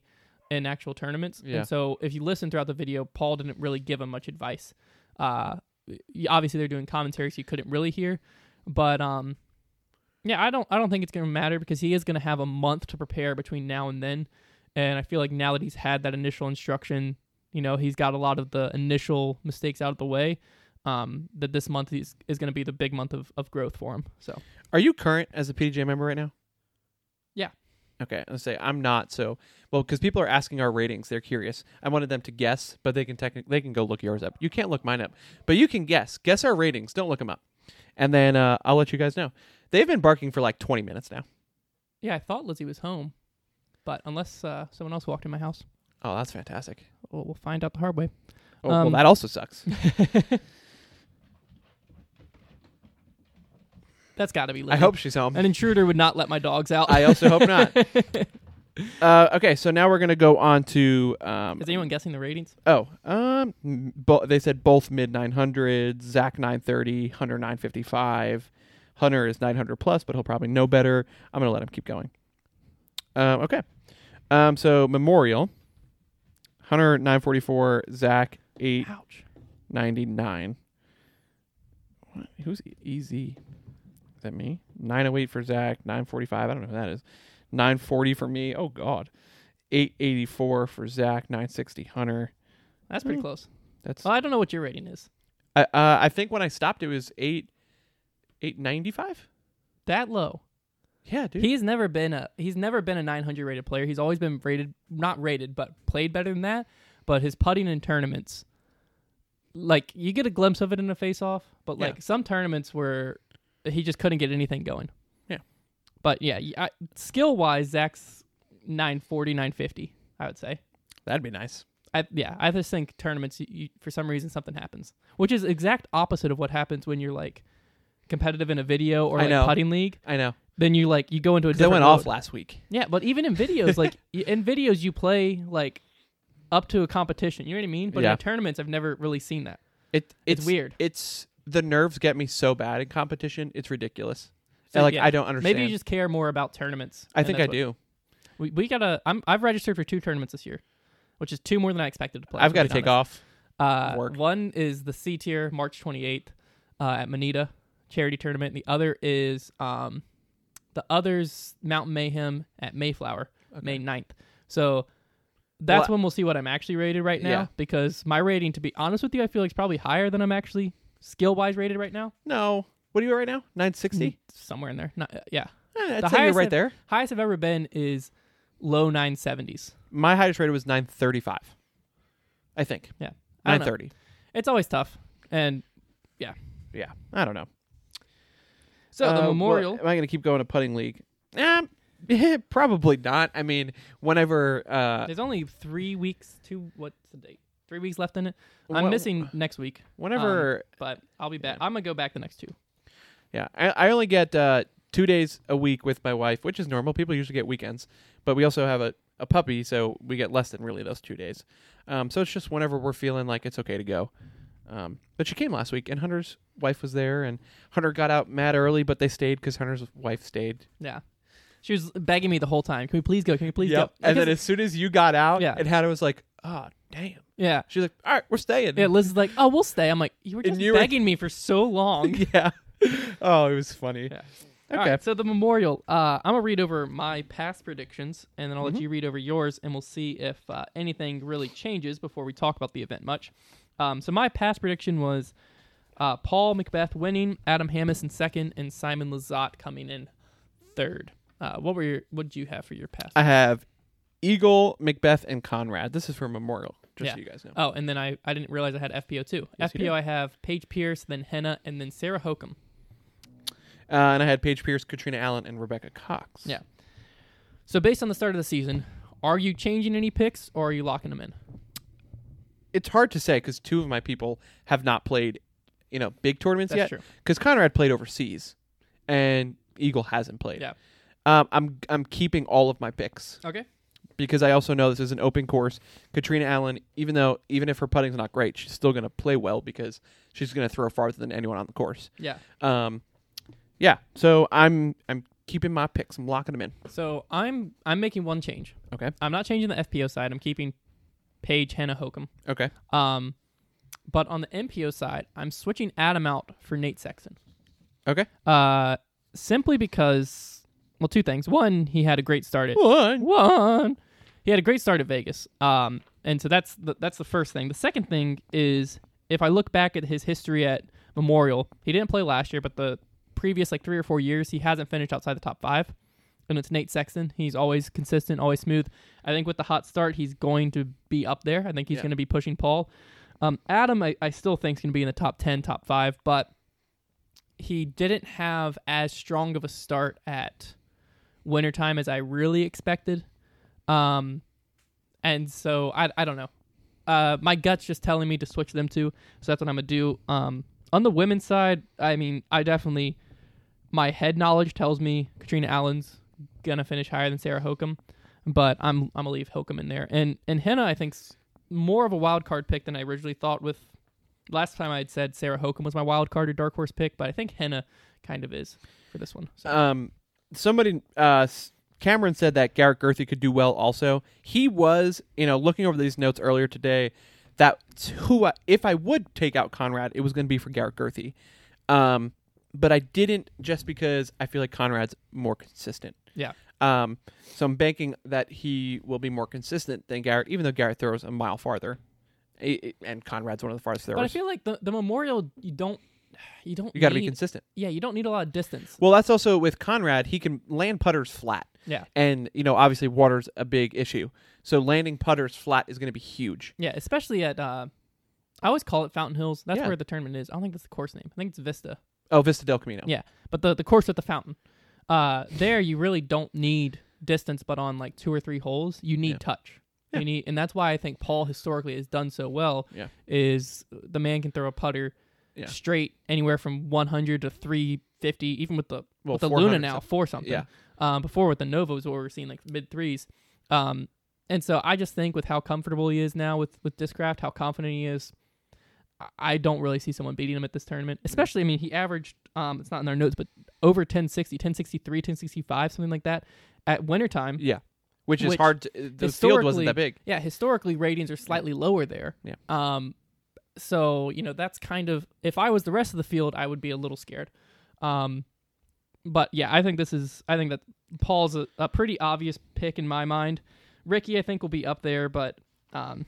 B: in actual tournaments.
A: Yeah.
B: And so, if you listen throughout the video, Paul didn't really give him much advice. Uh, y- obviously, they're doing commentary, so you couldn't really hear. But um, yeah, I don't I don't think it's gonna matter because he is gonna have a month to prepare between now and then. And I feel like now that he's had that initial instruction, you know, he's got a lot of the initial mistakes out of the way. Um, that this month is, is going to be the big month of, of growth for him. So
A: Are you current as a PDJ member right now?
B: Yeah.
A: Okay, let's say I'm not. So, well, because people are asking our ratings, they're curious. I wanted them to guess, but they can technically they can go look yours up. You can't look mine up, but you can guess. Guess our ratings. Don't look them up, and then uh, I'll let you guys know. They've been barking for like 20 minutes now.
B: yeah, I thought Lizzie was home. But unless uh, someone else walked in my house,
A: Oh, that's fantastic.
B: we'll, we'll find out the hard way.
A: Oh, well,
B: Um,
A: that also sucks.
B: That's got to be.
A: I
B: Living.
A: hope she's home.
B: an intruder would not let my dogs out.
A: I also hope not. Uh, okay, so now we're gonna go on to um,
B: Is anyone guessing the ratings?
A: oh um m- bo- they said both mid 900s Zach 930 Hunter 955 Hunter is 900 plus but he'll probably know better I'm gonna let him keep going um, okay um so Memorial Hunter 944 Zach 899
B: Ouch.
A: What? who's easy is that me 908 for Zach 945 I don't know who that is 940 for me oh god 884 for Zach 960 Hunter
B: That's pretty
A: Hmm.
B: close.
A: that's
B: Well, I don't know what your rating is.
A: I uh, I think when I stopped it was eight eight ninety five.
B: That low.
A: Yeah, dude.
B: He's never been a he's never been a 900 rated player. He's always been rated not rated, but played better than that. But his putting in tournaments, like you get a glimpse of it in a face off, but
A: Yeah.
B: like some tournaments where he just couldn't get anything going.
A: Yeah.
B: But yeah, y- I, skill wise, Zach's 940, 950. I would say.
A: That'd be nice.
B: I, yeah, I just think tournaments, you, you, for some reason, something happens, which is exact opposite of what happens when you're like competitive in a video or
A: I
B: like
A: know.
B: putting league.
A: I know.
B: Then you like you go into a
A: 'Cause They
B: different
A: went
B: mode.
A: off last week.
B: Yeah, but even in videos, like y- in videos, you play like up to a competition. You know what I mean? But
A: Yeah.
B: in tournaments, I've never really seen that.
A: It
B: It's,
A: it's
B: weird.
A: It's the nerves get me so bad in competition. It's ridiculous.
B: So,
A: and like
B: yeah,
A: I don't understand.
B: Maybe you just care more about tournaments.
A: I
B: and
A: think I
B: that's what-
A: do.
B: We, we gotta. I'm, I've registered for two tournaments this year, which is two more than I expected to play.
A: I've
B: got to
A: take off.
B: Uh,
A: Work.
B: One is the C tier, March 28th uh, at Manita charity tournament. The other is um, the others Mountain Mayhem at Mayflower, May 9th. So that's
A: Well,
B: when we'll see what I'm actually rated right now
A: Yeah.
B: because my rating, to be honest with you, I feel like is probably higher than I'm actually skill wise rated right now.
A: No. What are you at right now? Nine sixty. Eh,
B: Somewhere in there. Not, uh, yeah.
A: I'd
B: The
A: say you're
B: highest
A: right
B: I've-
A: there.
B: Highest I've ever been is low 970s.
A: My highest rated was nine thirty five. I think
B: I
A: nine
B: don't know.
A: thirty.
B: It's always tough. And
A: Yeah, I don't know.
B: so
A: Uh,
B: the
A: well,
B: memorial.
A: am I going to keep going to putting league? Eh, probably not. I mean, whenever uh,
B: There's only three weeks to what's the date? Three weeks left in it. I'm
A: Wha-
B: missing next week,
A: Whenever,
B: but I'll be back. I'm gonna go back the next two.
A: yeah, I, I only get uh, two days a week with my wife, which is normal. People usually get weekends, but we also have a, a puppy, so we get less than really those two days. Um, so it's just whenever we're feeling like it's okay to go. Um, but she came last week, and Hunter's wife was there, and Hunter got out mad early, but they stayed because Hunter's wife stayed.
B: Yeah, she was begging me the whole time. Can we please go? Can we please
A: Yep.
B: go?
A: And then as
B: Because-
A: soon as you got out,
B: Yeah.
A: and Hannah was like, "Oh, damn."
B: yeah,
A: She's like, "All right, we're staying."
B: yeah. Liz is like, oh, we'll stay. I'm like, you were
A: And
B: just
A: you were-
B: begging me for so long.
A: yeah. Oh, it was funny.
B: Yeah. All
A: Okay.
B: right, so the memorial. Uh, I'm gonna read over my past predictions, and then I'll
A: Mm-hmm.
B: let you read over yours, and we'll see if uh, anything really changes before we talk about the event much. Um, so my past prediction was uh, Paul Macbeth winning, Adam Hammis in second, and Simon Lazat coming in third. Uh, what were your? What did you have for your past?
A: I have Eagle, Macbeth, and Conrad. This is for Memorial, just
B: Yeah.
A: so you guys know.
B: oh, and then I, I didn't realize I had FPO too.
A: Yes, you did.
B: FPO I have Paige Pierce, then Henna, and then Sarah Hokum.
A: Uh, and I had Paige Pierce, Katrina Allen, and Rebecca Cox.
B: Yeah. So based on the start of the season, are you changing any picks or are you locking them in?
A: It's hard to say because two of my people have not played, you know, big tournaments
B: That's
A: yet.
B: true.
A: Because Conrad played overseas, and Eagle hasn't played.
B: Yeah.
A: Um, I'm I'm keeping all of my picks
B: Okay.
A: because I also know this is an open course. Katrina Allen, even though even if her putting's not great, she's still going to play well because she's going to throw farther than anyone on the course.
B: Yeah.
A: Um, yeah. So I'm I'm keeping my picks. I'm locking them in.
B: So I'm I'm making one change.
A: Okay.
B: I'm not changing the FPO side. I'm keeping Paige Hannah Hokum.
A: Okay.
B: Um, but on the MPO side, I'm switching Adam out for Nate Sexton.
A: Okay.
B: Uh, simply because well, two things. One, he had a great start at
A: One.
B: one. He had a great start at Vegas. Um, and so that's the, that's the first thing. The second thing is if I look back at his history at Memorial, he didn't play last year, but the previous like three or four years, he hasn't finished outside the top five. And it's Nate Sexton. He's always consistent, always smooth. I think with the hot start, he's going to be up there. I think he's
A: Yeah.
B: going to be pushing Paul. Um, Adam, I, I still think is going to be in the top ten, top five, but he didn't have as strong of a start at wintertime as I really expected. Um, and so I I don't know. Uh, my gut's just telling me to switch them to, so that's what I'm gonna do. Um, on the women's side, I mean, I definitely my head knowledge tells me Katrina Allen's gonna finish higher than Sarah Hokum, but I'm I'm gonna leave Hokum in there. And and Henna I think's more of a wild card pick than I originally thought. With last time I had said Sarah Hokum was my wild card or dark horse pick, but I think Henna kind of is for this one. So
A: Um, somebody, uh, s- Cameron said that Garrett Gerthy could do well. Also, he was, you know, looking over these notes earlier today. That's who, I, if I would take out Conrad, it was going to be for Garrett Gerthy. Um, but I didn't just because I feel like Conrad's more consistent.
B: Yeah.
A: Um, so I'm banking that he will be more consistent than Garrett, even though Garrett throws a mile farther, I- I- and Conrad's one of the farthest
B: but I
A: throwers.
B: feel like the the memorial you don't you don't
A: You got to be
B: need-
A: consistent.
B: yeah you don't need a lot of distance.
A: Well, that's also with Conrad. He can land putters flat.
B: Yeah.
A: And, you know, obviously water's a big issue. So landing putters flat is going to be huge.
B: Yeah, especially at uh I always call it Fountain Hills. That's
A: Yeah.
B: where the tournament is. I don't think that's the course name. I think it's Vista.
A: Oh, Vista del Camino.
B: Yeah. But the the course at the fountain. Uh there you really don't need distance but on like two or three holes, you need
A: Yeah.
B: touch.
A: Yeah.
B: You need and that's why I think Paul historically has done so well
A: Yeah.
B: is the man can throw a putter
A: Yeah.
B: straight anywhere from 100 to 350 even with the
A: Well,
B: with the Luna
A: 400
B: now
A: some-
B: four something.
A: yeah.
B: Um, before with the Novos, what we were seeing like mid threes. Um, and so I just think with how comfortable he is now with with Discraft, how confident he is, I- I don't really see someone beating him at this
A: Mm-hmm.
B: tournament. Especially, I mean, he averaged um, it's not in our notes, but over 1060, 1063, 1065, something like that at wintertime.
A: Yeah. Which is
B: Which
A: hard. To, uh, the field
B: historically-
A: wasn't that big.
B: Yeah, historically ratings are slightly lower there.
A: Yeah.
B: Um, so you know that's kind of if I was the rest of the field, I would be a little scared. Um, but yeah, I think this is I think that Paul's a, a pretty obvious pick in my mind. Ricky, I think will be up there, but um,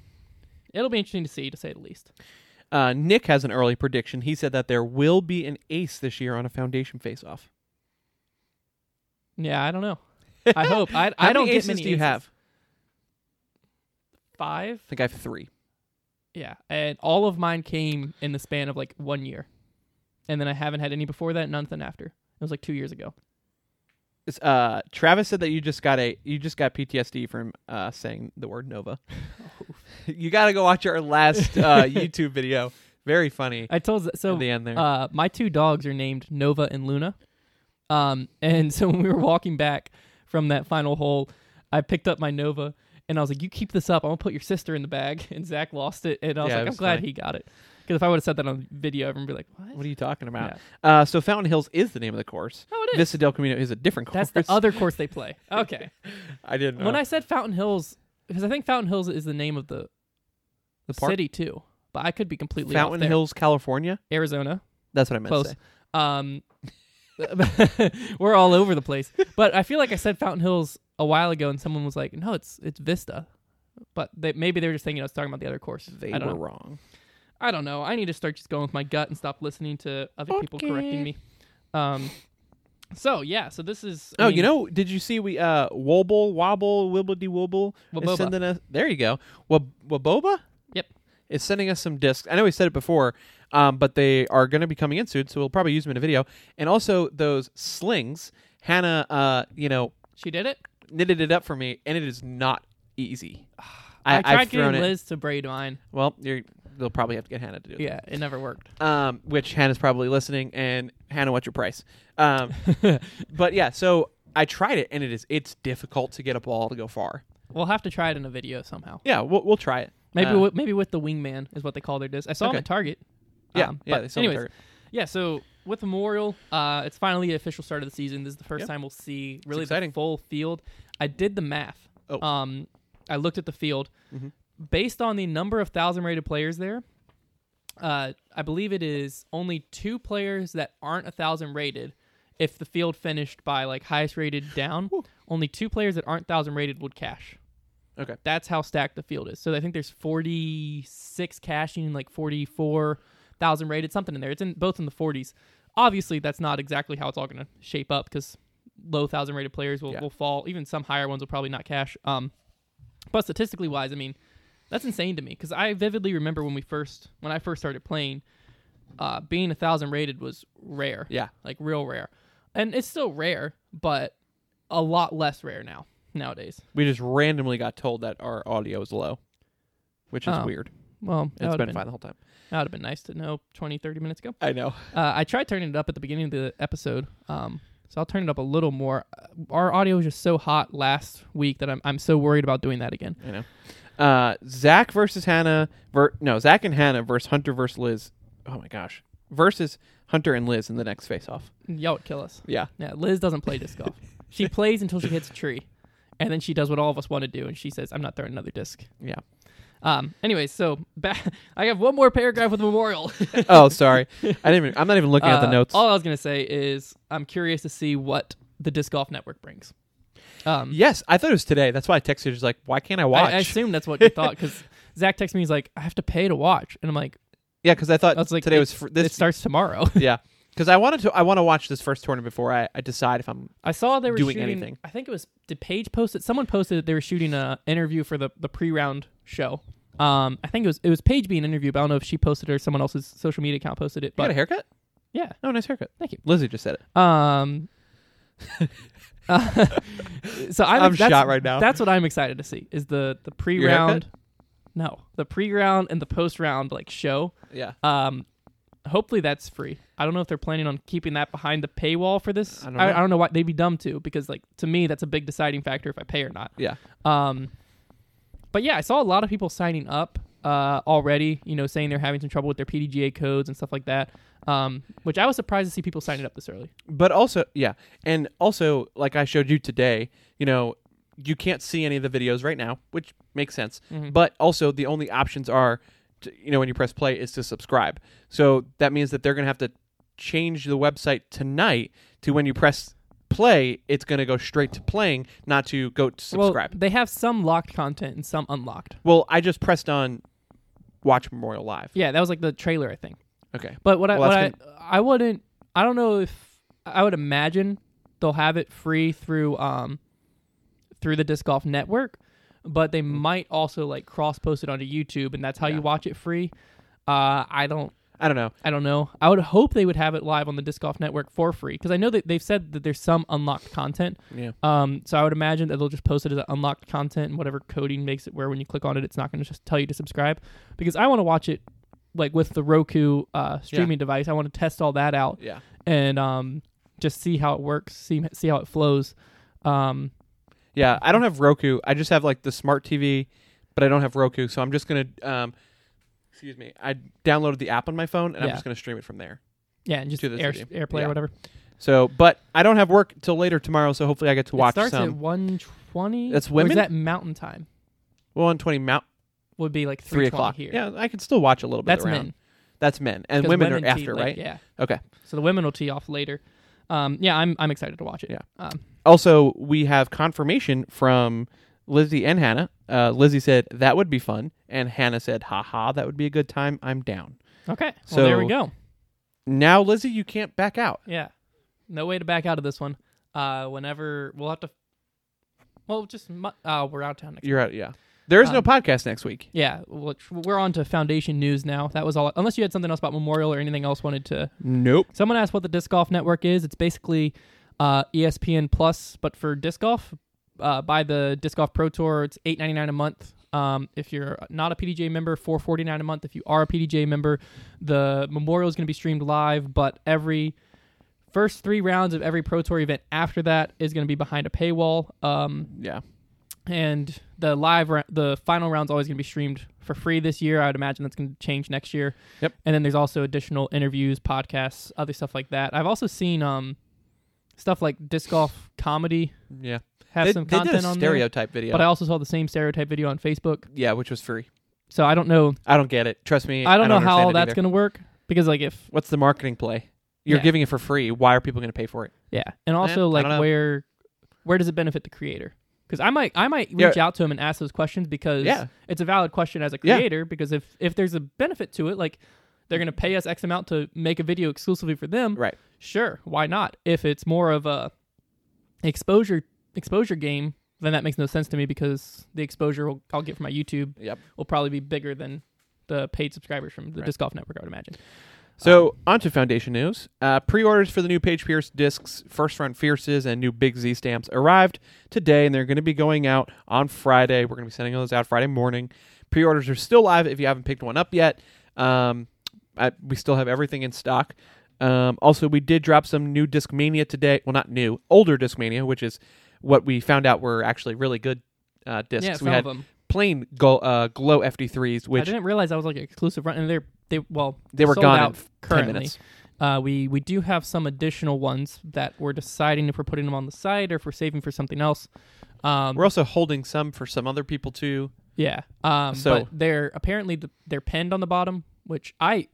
B: it'll be interesting to see to say the least.
A: Uh, Nick has an early prediction. He said that there will be an ace this year on a foundation face off.
B: Yeah, I don't know. I hope I I don't
A: many
B: get
A: aces
B: many
A: do you
B: aces.
A: have?
B: five.
A: I think I have three.
B: Yeah, and all of mine came in the span of like one year, and then I haven't had any before that, none then after. It was like two years ago.
A: It's, uh, Travis said that you just got a you just got PTSD from uh, saying the word Nova. you got to go watch our last uh, YouTube video. Very funny.
B: I told so
A: at the end there.
B: uh my two dogs are named Nova and Luna. Um and so when we were walking back from that final hole, I picked up my Nova and I was like, "You keep this up. I'm gonna put your sister in the bag." And Zach lost it, and I was
A: Yeah, it
B: like, "I'm
A: was
B: glad
A: funny.
B: he got it." Because if I would have said that on video, everyone would be like, "What?"
A: what are you talking about?
B: Yeah.
A: Uh, so Fountain Hills is the name of the course.
B: Oh, it is.
A: Vista del Camino is a different course.
B: That's the other course they play. Okay.
A: I didn't know.
B: When I said Fountain Hills, because I think Fountain Hills is the name of the,
A: the
B: city too, but I could be completely off
A: Fountain
B: there.
A: Hills, California.
B: Arizona.
A: That's what I meant. to
B: close.
A: say.
B: Um, we're all over the place. But I feel like I said Fountain Hills a while ago, and someone was like, "No, it's it's Vista," but they, maybe they were just thinking I was talking about the other course.
A: They
B: I
A: were
B: don't know.
A: wrong.
B: I don't know. I need to start just going with my gut and stop listening to other people
A: Okay.
B: correcting me. Um, so yeah, so this is. I
A: Oh,
B: mean,
A: you know, did you see we uh Wobble Wobble Wibbledy Wobble
B: Waboba.
A: is sending us there you go. Wab- Waboba?
B: Yep.
A: Is sending us some discs. I know we said it before, um, but they are gonna be coming in soon, so we'll probably use them in a video. And also those slings, Hannah uh, you know,
B: she did it.
A: knitted it up for me and it is not easy.
B: I,
A: I've
B: tried
A: thrown
B: getting
A: it.
B: Liz to braid mine.
A: Well, you're, they'll probably have to get Hannah to do it.
B: Yeah, it never worked.
A: um, which Hannah's probably listening. And Hannah, what's your price? Um, but yeah, so I tried it, and it is it's difficult to get a ball to go far.
B: We'll have to try it in a video somehow.
A: Yeah, we'll we'll try it.
B: Maybe
A: Uh,
B: with, maybe with the wingman is what they call their disc. I saw him
A: Okay.
B: at Target.
A: yeah,
B: Um,
A: yeah.
B: but
A: They sell
B: anyways,
A: them third.
B: Yeah, so with Memorial, uh, it's finally the official start of the season. This is the first
A: Yeah.
B: time we'll see really the
A: exciting.
B: full field. I did the math.
A: Oh.
B: Um, I looked at the field.
A: Mhm.
B: Based on the number of thousand rated players there, uh, I believe it is only two players that aren't a thousand rated. If the field finished by like highest rated down,
A: Whew.
B: only two players that aren't thousand rated would cash.
A: Okay.
B: That's how stacked the field is. So I think there's 46 cashing, like 44,000 rated, something in there. It's in both in the 40s. Obviously, that's not exactly how it's all going to shape up because low thousand rated players will,
A: Yeah.
B: will fall. Even some higher ones will probably not cash. Um, but statistically wise, I mean, that's insane to me because I vividly remember when we first, when I first started playing, uh, being a thousand rated was rare
A: Yeah,
B: like real rare and it's still rare but a lot less rare now nowadays.
A: We just randomly got told that our audio is low, which is
B: Oh,
A: weird.
B: Well, that
A: It's
B: would
A: been,
B: have
A: fine
B: been,
A: the whole time.
B: that would have been nice to know 20, 30 minutes ago.
A: I know.
B: Uh, I tried turning it up at the beginning of the episode, um, so I'll turn it up a little more. Uh, Our audio was just so hot last week that I'm I'm so worried about doing that again.
A: I know. Uh, Zach versus Hannah. Ver- no, Zach and Hannah versus Hunter versus Liz. Oh my gosh. Versus Hunter and Liz in the next face off.
B: Y'all would kill us.
A: Yeah.
B: Yeah, Liz doesn't play disc golf. She plays until she hits a tree, and then she does what all of us want to do, and she says, "I'm not throwing another disc."
A: Yeah.
B: Um. Anyway, so ba- I have one more paragraph with memorial.
A: oh, sorry. I didn't. Even, I'm not even looking at the
B: Uh,
A: notes.
B: All I was gonna say is I'm curious to see what the disc golf network brings. Um.
A: yes, I thought it was today. That's why I texted you. Just like, why can't I
B: I,
A: watch?
B: I assume that's what you thought because Zach texted me. He's like, "I have to pay to watch," and I'm like,
A: yeah, because I thought
B: I was
A: Uh,
B: like,
A: today
B: it-
A: was fr- this.
B: "It starts tomorrow."
A: yeah, because I wanted to. I want to watch this first tournament before I, I decide if I'm.
B: I saw they were
A: Doing
B: shooting,
A: anything.
B: I think it was did Page post it? Someone posted that they were shooting a interview for the the pre round show. Um, I think it was it was Paige being interviewed, but I don't know if she posted it or someone else's social media account posted it.
A: You got a
B: But
A: haircut?
B: yeah,
A: Oh, nice haircut.
B: Thank you.
A: Lizzie just said it.
B: um, uh, so I'm,
A: I'm
B: that's-
A: shot right now.
B: That's what I'm excited to see is the the pre round. No, the pre round and the post round like show.
A: Yeah.
B: Um, hopefully that's free. I don't know if they're planning on keeping that behind the paywall for this.
A: I
B: I
A: don't
B: don't, I,
A: know.
B: don't know why they'd be dumb to because like to me that's a big deciding factor if I pay or not.
A: Yeah.
B: Um, but yeah, I saw a lot of people signing up uh, already. You know, saying they're having some trouble with their PDGA codes and stuff like that. Um, which I was surprised to see people signing up this early.
A: but also yeah and also like i showed you today you know you can't see any of the videos right now which makes sense
B: Mm-hmm.
A: but also the only options are to, you know when you press play is to subscribe so that means that they're going to have to change the website tonight to when you press play it's going to go straight to playing not to go to subscribe
B: Well, they have some locked content and some unlocked.
A: well, i just pressed on watch memorial live
B: Yeah, that was like the trailer, I think.
A: okay
B: But what I
A: Well,
B: what I,
A: that's
B: I wouldn't I don't know if I would imagine they'll have it free through um through the disc golf network, but they might also like cross post it onto YouTube and that's how
A: Mm. Yeah.
B: you watch it free. Uh, I don't
A: i don't know
B: I don't know. I would hope they would have it live on the disc golf network for free because I know that they've said that there's some unlocked content.
A: yeah
B: Um, so I would imagine that they'll just post it as unlocked content and whatever coding makes it where when you click on it, it's not going to just tell you to subscribe because I want to watch it like with the Roku uh, streaming device. I want to test all that out
A: yeah
B: and um, just see how it works, see see how it flows. Um,
A: Yeah, I don't have Roku. I just have like the smart TV, but I don't have Roku, so I'm just gonna. Um, excuse me. I downloaded the app on my phone, and I'm
B: Yeah.
A: just gonna stream it from there.
B: yeah, and just
A: To the
B: air,
A: city.
B: airplay
A: Yeah.
B: or whatever.
A: So, but I don't have work till later tomorrow, so hopefully I get to watch
B: it starts at
A: some.
B: one twenty.
A: That's
B: Or
A: women?
B: is that Mountain Time
A: Well, on twenty mount
B: would be like
A: three
B: 3:20
A: o'clock.
B: here.
A: Yeah, I can still watch a little bit.
B: that's
A: around.
B: men.
A: That's men, and
B: 'cause
A: women, are
B: tee
A: after,
B: late,
A: right?
B: Yeah.
A: Okay.
B: So the women will tee off later. Um, yeah, I'm I'm excited to watch it.
A: Yeah.
B: Um,
A: Also, we have confirmation from Lizzie and Hannah. Uh, Lizzie said that would be fun, and Hannah said, "Haha, that would be a good time. I'm down."
B: Okay. Well, there we
A: So-
B: go.
A: Now, Lizzie, you can't back out.
B: Yeah. No way to back out of this one. Uh, whenever we'll have to. Well, just mu- uh, we're out of town next.
A: You're out. Yeah, there is no
B: Um,
A: podcast next week.
B: Yeah, which we're on to foundation news now. That was all. Unless you had something else about Memorial or anything else wanted to.
A: Nope.
B: Someone asked what the disc golf network is. It's basically uh, ESPN Plus, but for disc golf. Uh, buy the disc golf pro tour. It's eight ninety nine a month. Um, if you're not a PDJ member, four forty nine a month. If you are a PDJ member, the Memorial is going to be streamed live, but every first three rounds of every pro tour event after that is going to be behind a paywall. Um,
A: Yeah.
B: and the live ra- the final round's always going to be streamed for free this year. I would imagine that's going to change next year.
A: Yep.
B: And then there's also additional interviews, podcasts, other stuff like that. I've also seen um stuff like disc golf comedy
A: Yeah.
B: have
A: they,
B: some
A: they
B: content
A: did a
B: on there.
A: stereotype video.
B: But I also saw the same stereotype video on Facebook.
A: yeah, which was free.
B: So I don't know.
A: I don't get it. Trust me.
B: I don't know how
A: understand
B: all
A: it
B: that's
A: either.
B: going to work because like if
A: What's the marketing play? You're
B: Yeah.
A: giving it for free. Why are people going to pay for it?
B: yeah, and also
A: I
B: like
A: don't know.
B: where where does it benefit the creator? Because I might I might
A: Yeah.
B: reach out to him and ask those questions because
A: Yeah.
B: it's a valid question as a
A: Yeah.
B: creator because if if there's a benefit to it like they're going to pay us x amount to make a video exclusively for them
A: Right.
B: sure why not if it's more of a exposure exposure game then that makes no sense to me because the exposure will, i'll get from my youtube
A: Yep.
B: will probably be bigger than the paid subscribers from the
A: Right.
B: disc golf network i would imagine
A: So onto Foundation news. Uh, pre-orders for the new Page Pierce discs, First Run Fierces, and new Big Z stamps arrived today, and they're going to be going out on Friday. We're going to be sending those out Friday morning. Pre-orders are still live if you haven't picked one up yet. Um, I, we still have everything in stock. Um, also, we did drop some new Discmania today. Well, not new, older Discmania, which is what we found out were actually really good uh, discs.
B: yeah,
A: we
B: some
A: had
B: of them.
A: plain go, uh, glow FD3s,
B: I
A: which
B: didn't realize I was like exclusive run, and they're they well
A: they were
B: sold
A: gone
B: out
A: in
B: currently.
A: ten minutes.
B: Uh, we we do have some additional ones that we're deciding if we're putting them on the site or if we're saving for something else. Um,
A: We're also holding some for some other people too.
B: yeah. Um,
A: So-
B: but they're apparently the, they're pinned on the bottom, which I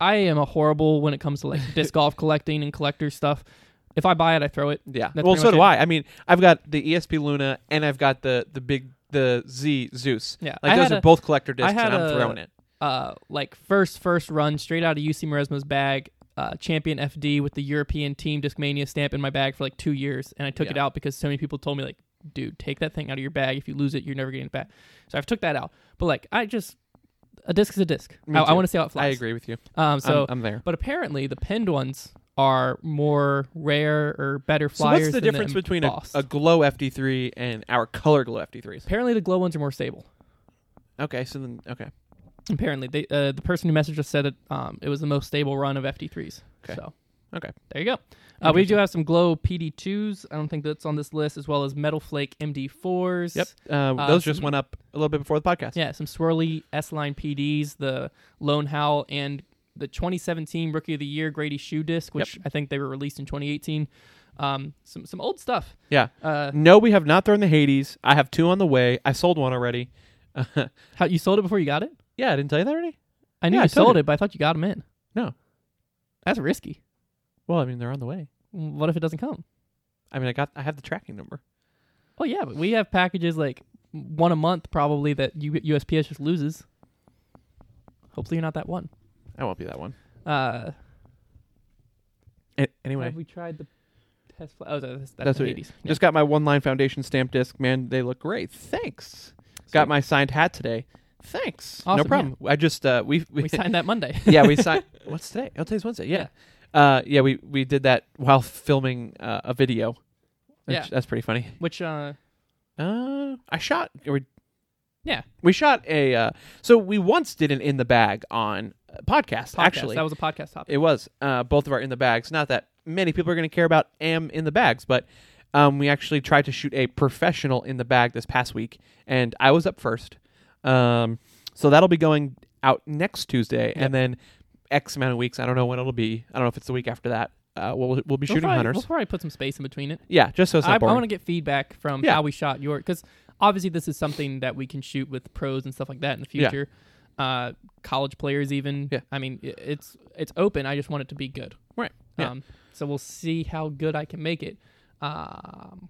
B: I am a horrible when it comes to like disc golf collecting and collector stuff. If I buy it, I throw it.
A: Yeah.
B: That's
A: well,
B: pretty
A: so
B: much
A: do
B: it.
A: I. I mean, I've got the ESP Luna and I've got the the big the Z Zeus.
B: Yeah.
A: Like
B: I
A: those
B: had
A: are
B: a-
A: both collector discs,
B: had
A: and I'm
B: a-
A: throwing it.
B: uh, like first first run straight out of UC Maresmo's bag, uh, champion FD with the European team Discmania stamp in my bag for like two years, and I took it
A: Yeah.
B: out because so many people told me like, dude, take that thing out of your bag. If you lose it, you're never getting it back. So I've took that out, but like I just a disc is a disc.
A: Me
B: I, I
A: too.
B: want to see how it flies.
A: I agree with you.
B: Um, so
A: I'm, uh, I'm there.
B: but apparently the pinned ones are more rare or better
A: So
B: flyers.
A: what's the
B: than
A: difference between a,
B: embossed.
A: a glow FD3 and our color glow FD3s?
B: apparently the glow ones are more stable.
A: Okay, so then okay,
B: Apparently, they, uh, the person who messaged us said it. Um, it was the most stable run of FD3s.
A: Okay.
B: So,
A: Okay.
B: there you go. Uh, we do
A: Interesting.
B: have some Glow PD2s. I don't think that's on this list, as well as Metal Flake MD4s.
A: yep. Uh, those just
B: some-
A: went up a little bit before the podcast.
B: Yeah, some swirly S line PDs, the Lone Howl, and the 2017 Rookie of the Year Grady Shoe disc, which I think they were released in 2018. Um, some some old stuff.
A: Yeah.
B: Uh,
A: No, we have not thrown the Hades. I have two on the way. I sold one already. yeah,
B: how you sold it before you got it?
A: I didn't tell you that already.
B: I knew
A: Yeah,
B: you
A: I told
B: sold
A: you.
B: it, but I thought you got them in.
A: No.
B: that's risky.
A: Well, I mean they're on the way.
B: What if it doesn't come?
A: I mean I got I have the tracking number.
B: Oh yeah, but we have packages like one a month probably that U- USPS just loses. Hopefully you're not that one.
A: I won't be that one.
B: Uh,
A: A- anyway,
B: have we tried the test? Fl- oh, that's,
A: That's
B: that's, the
A: what you-
B: 80s. Yeah.
A: Just got my one line foundation stamp disc. Man, they look great. Thanks. Got
B: Sweet.
A: my signed hat today. Thanks.
B: Awesome,
A: no
B: yeah.
A: problem. I just uh we we,
B: we signed that Monday.
A: yeah we signed. What's today? Oh, today's Wednesday. Yeah. Uh yeah we we did that while filming uh, a video. Which,
B: Yeah.
A: That's pretty funny.
B: Which uh,
A: Uh, I shot. We,
B: Yeah.
A: We shot a. Uh, so we once did an in the bag on a podcast.
B: podcast,
A: Actually,
B: that was a podcast topic.
A: it was uh, both of our in the bags. Not that many people are going to care about am in the bags, but um, we actually tried to shoot a professional in the bag this past week, and I was up first. Um, so that'll be going out next Tuesday,
B: Yep.
A: and then X amount of weeks. I don't know when it'll be. I don't know if it's the week after that. Uh, we'll we'll be
B: We'll
A: shooting
B: probably-
A: hunters.
B: We'll probably put some space in between it.
A: yeah, just so it's
B: I,
A: not boring.
B: want to get feedback from
A: Yeah.
B: how we shot your because obviously this is something that we can shoot with pros and stuff like that in the
A: Yeah.
B: future. Uh, college players even.
A: Yeah.
B: I mean, i- it's it's open. I just want it to be good.
A: Right. Yeah.
B: Um, so we'll see how good I can make it. Um,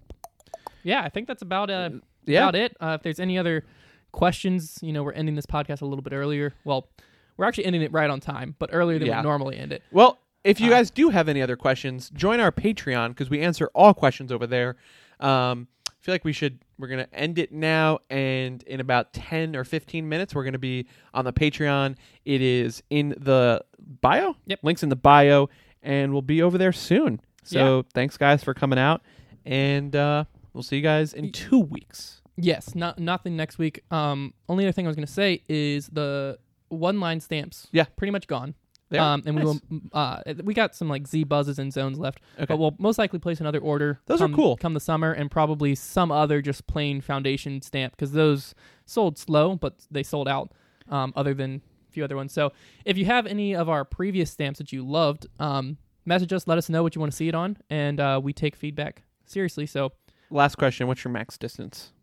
B: yeah, I think that's about uh,
A: yeah,
B: about it. Uh, if there's any other questions, you know, we're ending this podcast a little bit earlier. Well, we're actually ending it right on time, but earlier than
A: Yeah.
B: we normally end it.
A: Well, if you
B: Uh,
A: guys do have any other questions, join our Patreon because we answer all questions over there. Um, I feel like we should. We're gonna end it now, and in about ten or fifteen minutes, we're gonna be on the Patreon. It is in the bio.
B: Yep.
A: Links in the bio, and we'll be over there soon. So thanks, guys, for coming out, and uh, we'll see you guys in two weeks.
B: Yes, not nothing next week. Um, only other thing I was gonna say is the one line stamps.
A: Yeah.
B: pretty much gone.
A: They are?
B: um, and we will. Uh, we got some like Z buzzes and zones left,
A: Okay.
B: but we'll most likely place another order.
A: Those are
B: come-
A: cool.
B: Come the summer, and probably some other just plain foundation stamp because those sold slow, but they sold out. Um, other than a few other ones. So if you have any of our previous stamps that you loved, um, message us. Let us know what you want to see it on, and uh, we take feedback seriously. So
A: Last question: What's your max distance?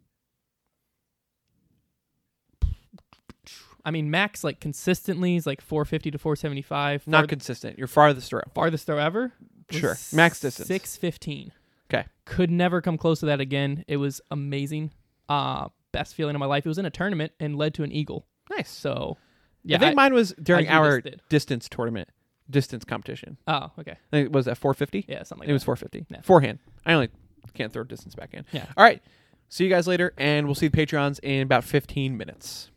B: I mean, max like consistently is like 450 to 475.
A: Not
B: Farth-
A: consistent. Your farthest throw.
B: farthest throw ever. was
A: Sure. Max distance.
B: 615.
A: 'Kay.
B: Could never come close to that again. It was amazing. Uh best feeling of my life. It was in a tournament and led to an eagle.
A: Nice.
B: So yeah.
A: I think
B: I-
A: mine was during
B: you
A: our
B: just did.
A: distance tournament, distance competition.
B: oh, okay.
A: I think it was at 450.
B: Yeah, something like
A: it
B: that.
A: was 450.
B: Yeah.
A: Forehand. I only can't throw distance back in.
B: Yeah.
A: All right. See you guys later, and we'll see the Patreons in about 15 minutes.